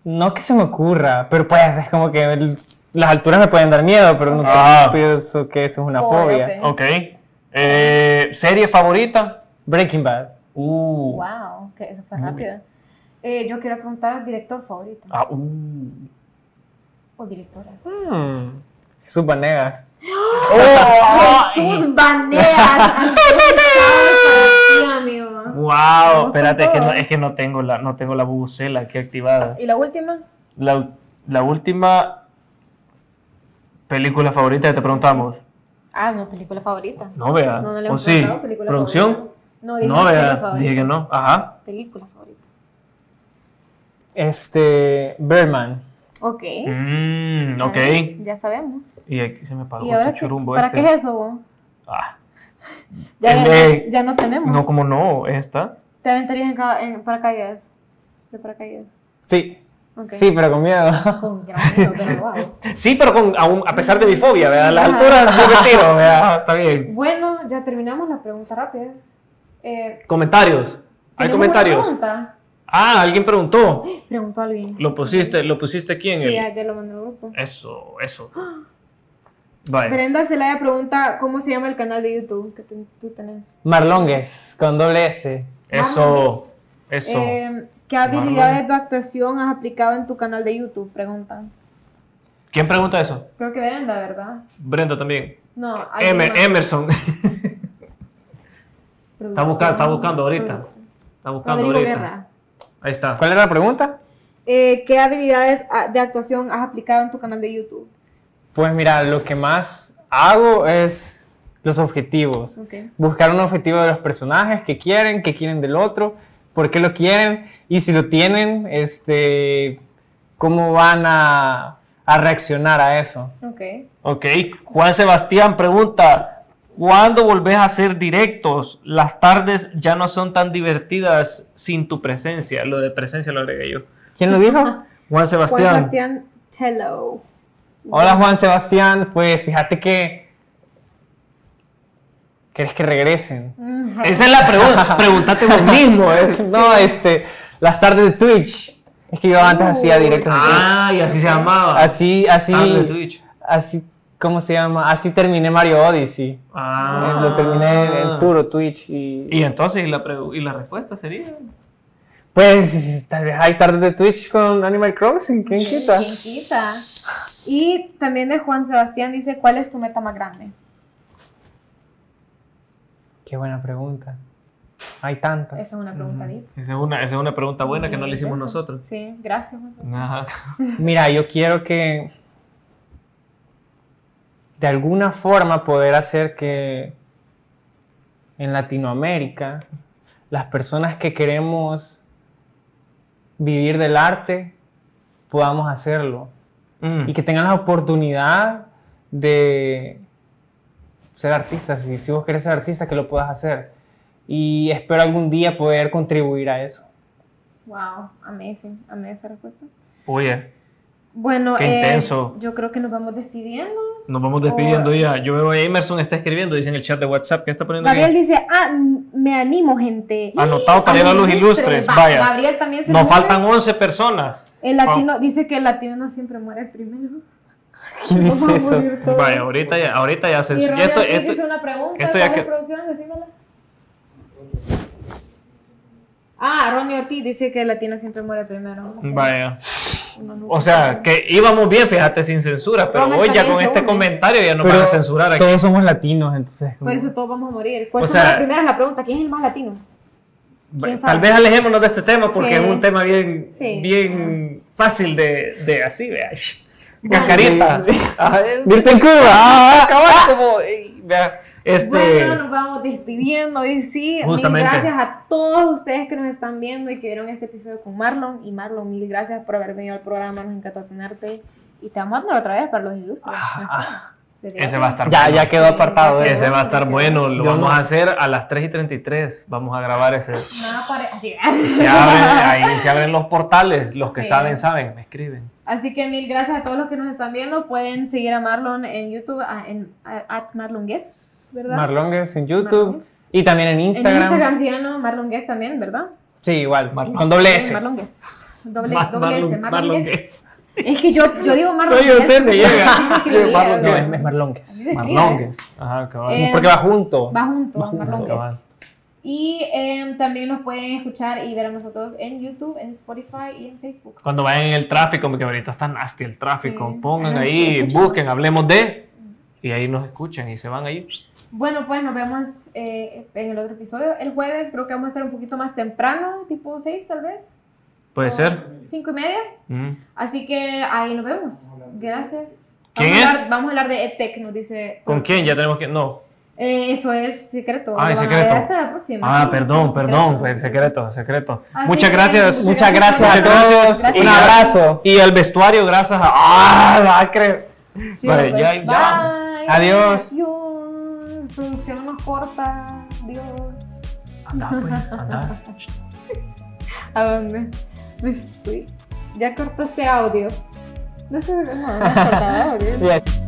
No que se me ocurra, pero pues es como que el- las alturas me pueden dar miedo, pero no
Ah.
pienso que eso es una
Fobia,
fobia.
ok.
Ok. Eh, ¿Serie favorita?
Breaking Bad.
Uh.
Wow, que eso fue
Muy
rápido. Eh, yo quiero preguntar director favorito
Ah, uh.
o directora.
Hmm.
Jesús Vanegas.
Oh, Ah,
Jesús Baneas. Antonio, para ti, amigo.
Wow, espérate, es que, no,
todo.
es que no tengo la, no tengo la bubucela aquí activada.
Y la última,
La, la última película favorita que te preguntamos.
ah, no, película favorita.
No, vea.
No, no le
¿O
hemos
sí?
preguntado película
¿Producción?
favorita. No, dije
No,
no, serie
vea.
favorita.
Dije que no. Ajá.
Película favorita.
Este. Birdman.
Ok.
Mm, ok.
Ya sabemos.
Y aquí se me apagó
¿Y ahora
este
qué-
churumbo
¿Para
este.
qué es eso? vos?
Ah,
Ya,
Eh,
ya, ya no tenemos.
no, como no, esta.
¿Te aventarías en, ca- en paracaídas? ¿De paracaídas?
Sí.
Ok.
Sí, pero con miedo.
Con gran miedo, pero lo hago.
Sí, pero con, aún- a pesar de mi fobia, ¿verdad? Las
Ajá.
alturas yo me tiro, ¿verdad? Está bien.
Bueno, ya terminamos las preguntas rápidas. Eh,
Comentarios.
¿tenemos
¿Hay
una
comentarios?
pregunta?
Ah, alguien preguntó.
Preguntó alguien.
Lo pusiste, lo pusiste aquí en
Sí,
el.
ya, ya lo mandé al grupo.
Eso, eso. Vale.
Brenda Celaya pregunta cómo se llama el canal de YouTube que tú, tú tenés.
Marlongues, con doble S.
Eso, eso.
Eh, ¿Qué habilidades de actuación has aplicado en tu canal de YouTube? Preguntan.
¿Quién pregunta eso?
Creo que Brenda, ¿verdad?
Brenda también.
No, alguien
M-
más.
Emerson.
Producción.
busca- está buscando ahorita. Está buscando
Rodrigo
ahorita.
Guerra.
Ahí está.
¿Cuál era la pregunta?
Eh, ¿Qué habilidades ah, de actuación has aplicado en tu canal de YouTube?
Pues mira, lo que más hago es los objetivos.
Ok.
Buscar un objetivo de los personajes, qué quieren, qué quieren del otro, por qué lo quieren y si lo tienen, este, cómo van a, a reaccionar a eso.
Ok.
Ok. Juan Sebastián pregunta: ¿Cuándo volvés a hacer directos? Las tardes ya no son tan divertidas sin tu presencia. Lo de presencia lo agregué yo.
¿Quién lo dijo?
Juan Sebastián.
Juan Sebastián Tello.
Hola Juan Sebastián, pues fíjate que... ¿Crees que regresen?
Ujú.
Esa es la pregunta. Pregúntate vos mismo. eh.
No, este, las tardes de Twitch. Es que yo antes
Uh.
hacía directos en Twitch.
Ah, y así se llamaba.
Así,
Hazlo en
así,
Twitch.
así, ¿cómo se llama? Así terminé Mario Odyssey.
Ah.
Eh, Lo terminé en, en puro Twitch y,
Y entonces, ¿y la, pregu- y la respuesta sería?
pues tal vez hay tardes de Twitch con Animal Crossing, ¿quién quita?
¿Quién quita? Y también de Juan Sebastián dice, ¿cuál es tu meta más grande?
Qué buena pregunta. Hay tantas.
Esa es una pregunta deep.
Esa es una, esa es una pregunta buena que no le hicimos
Esa.
nosotros.
Sí, gracias. Juan Sebastián.
Ajá.
Mira, yo quiero que de alguna forma poder hacer que en Latinoamérica las personas que queremos vivir del arte podamos hacerlo
Mm.
y que tengan la oportunidad de ser artistas. Y si vos querés ser artista, que lo puedas hacer. Y espero algún día poder contribuir a eso.
Wow, amazing. Amé esa respuesta.
Oye,
Bueno,
Qué
eh,
intenso.
yo creo que nos vamos despidiendo.
nos vamos
Oh.
despidiendo ya. Yo veo a Emerson está escribiendo, dice en el chat de WhatsApp que está poniendo
Gabriel
aquí.
dice, ah, m- me animo, gente.
Anotado tarea de los ilustres.
Va,
Vaya.
Gabriel también se
Nos
anima.
faltan 11 personas.
El latino, dice que el latino no siempre muere primero.
¿Quién
Nos
dice
vamos a
eso?
morir todos.
Vaya, ahorita ya, ahorita ya se.
Y
ya
Ronald
esto,
Ortiz
esto-
hizo una pregunta,
esto
¿cuál
ya
es
que-
producción? Decímela. Ah, Ronnie Ortiz dice que el latino siempre muere primero.
vaya.
Uno nunca
O sea,
sabe.
que íbamos bien, fíjate, sin censura, pero
Roman
hoy ya
también
con
se
este
une.
comentario ya nos van a censurar aquí.
Todos somos latinos, entonces.
Por eso todos vamos a morir. ¿Cuál
O
es la
sea-
primera? Es la pregunta. ¿Quién es el más latino? ¿Quién
Tal
sabe?
vez alejémonos de este tema porque
Sí.
es un tema bien,
Sí. Ah.
bien fácil de, de así, vea. Cascarita. Ajá, eh,
Virtual Cuba. ah, ah.
acabar como, eh, vea, Este,
Bueno, nos vamos despidiendo y sí,
Justamente.
mil gracias a todos ustedes que nos están viendo y que vieron este episodio con Marlon. Y Marlon, mil gracias por haber venido al programa, nos encantó tenerte. Y te vamos a tener otra vez para los ilustres. Desde
Ah, ese
la-
va a estar
Ya,
bueno.
ya quedó apartado. ¿eh?
Ese va a estar bueno. Lo
Yo
vamos
no.
a hacer a las 3 y 33. Vamos a grabar ese.
Nada pare- así.
Se abren- ahí se abren los portales. Los que
Sí.
saben, saben. Me escriben.
Así que mil gracias a todos los que nos están viendo. Pueden seguir a Marlon en YouTube, a, en, a- at Marlon Guess, ¿verdad?
Marlongers en
Marlon
YouTube
Guess.
y también en
En
Instagram.
Instagram sí, ¿no? Marlon Guess también, ¿verdad?
Sí, igual, Marlon. Con doble S.
Marlon Guess. Doble,
Mar-
doble S,
Marlon-
Marlon,
Marlon
Guess. Es que yo, yo digo Marlon
No, yo sé,
Guess
me
porque
llega.
así se escribía,
Marlon
No,
¿verdad?
Guess.
es, es Marlongues.
Sí,
Marlongues. Ajá, cabal.
Eh,
Porque va junto.
Va junto,
Va
a
junto,
Marlon Guess.
cabal.
Y em, también nos pueden escuchar y ver a nosotros en YouTube, en Spotify y en Facebook.
Cuando vayan en el tráfico, porque ahorita está nasty el tráfico,
Sí.
pongan
Ajá,
ahí,
escuchamos.
busquen, hablemos de, y ahí nos escuchan y se van ahí.
Bueno, pues nos vemos eh, en el otro episodio. El jueves creo que vamos a estar un poquito más temprano, tipo 6 tal vez.
Puede
o
ser.
Cinco y media.
Mm.
Así que ahí nos vemos. Gracias.
¿Quién
vamos,
es?
A hablar, vamos a hablar de E EdTech, nos dice.
¿Con quién? Ya tenemos que. No.
Eh, eso es secreto.
Ah,
lo
es
van a
secreto.
ver Hasta la próxima.
Ah,
Sí,
perdón,
sí, secreto.
perdón. pues, Secreto, secreto.
Así
Muchas
que,
gracias.
Muchas gracias a
Muchas gracias.
todos.
Gracias.
Un abrazo.
Y al vestuario, gracias a. ¡Ah! Lacre.
Sí,
Vale,
pues,
ya- ya.
Bye.
Adiós.
Adiós. Producción nos corta. Adiós.
Anda, pues, anda.
¿A dónde? Me estoy. Ya cortaste audio. No sé, no, no has cortado audio.
Ya.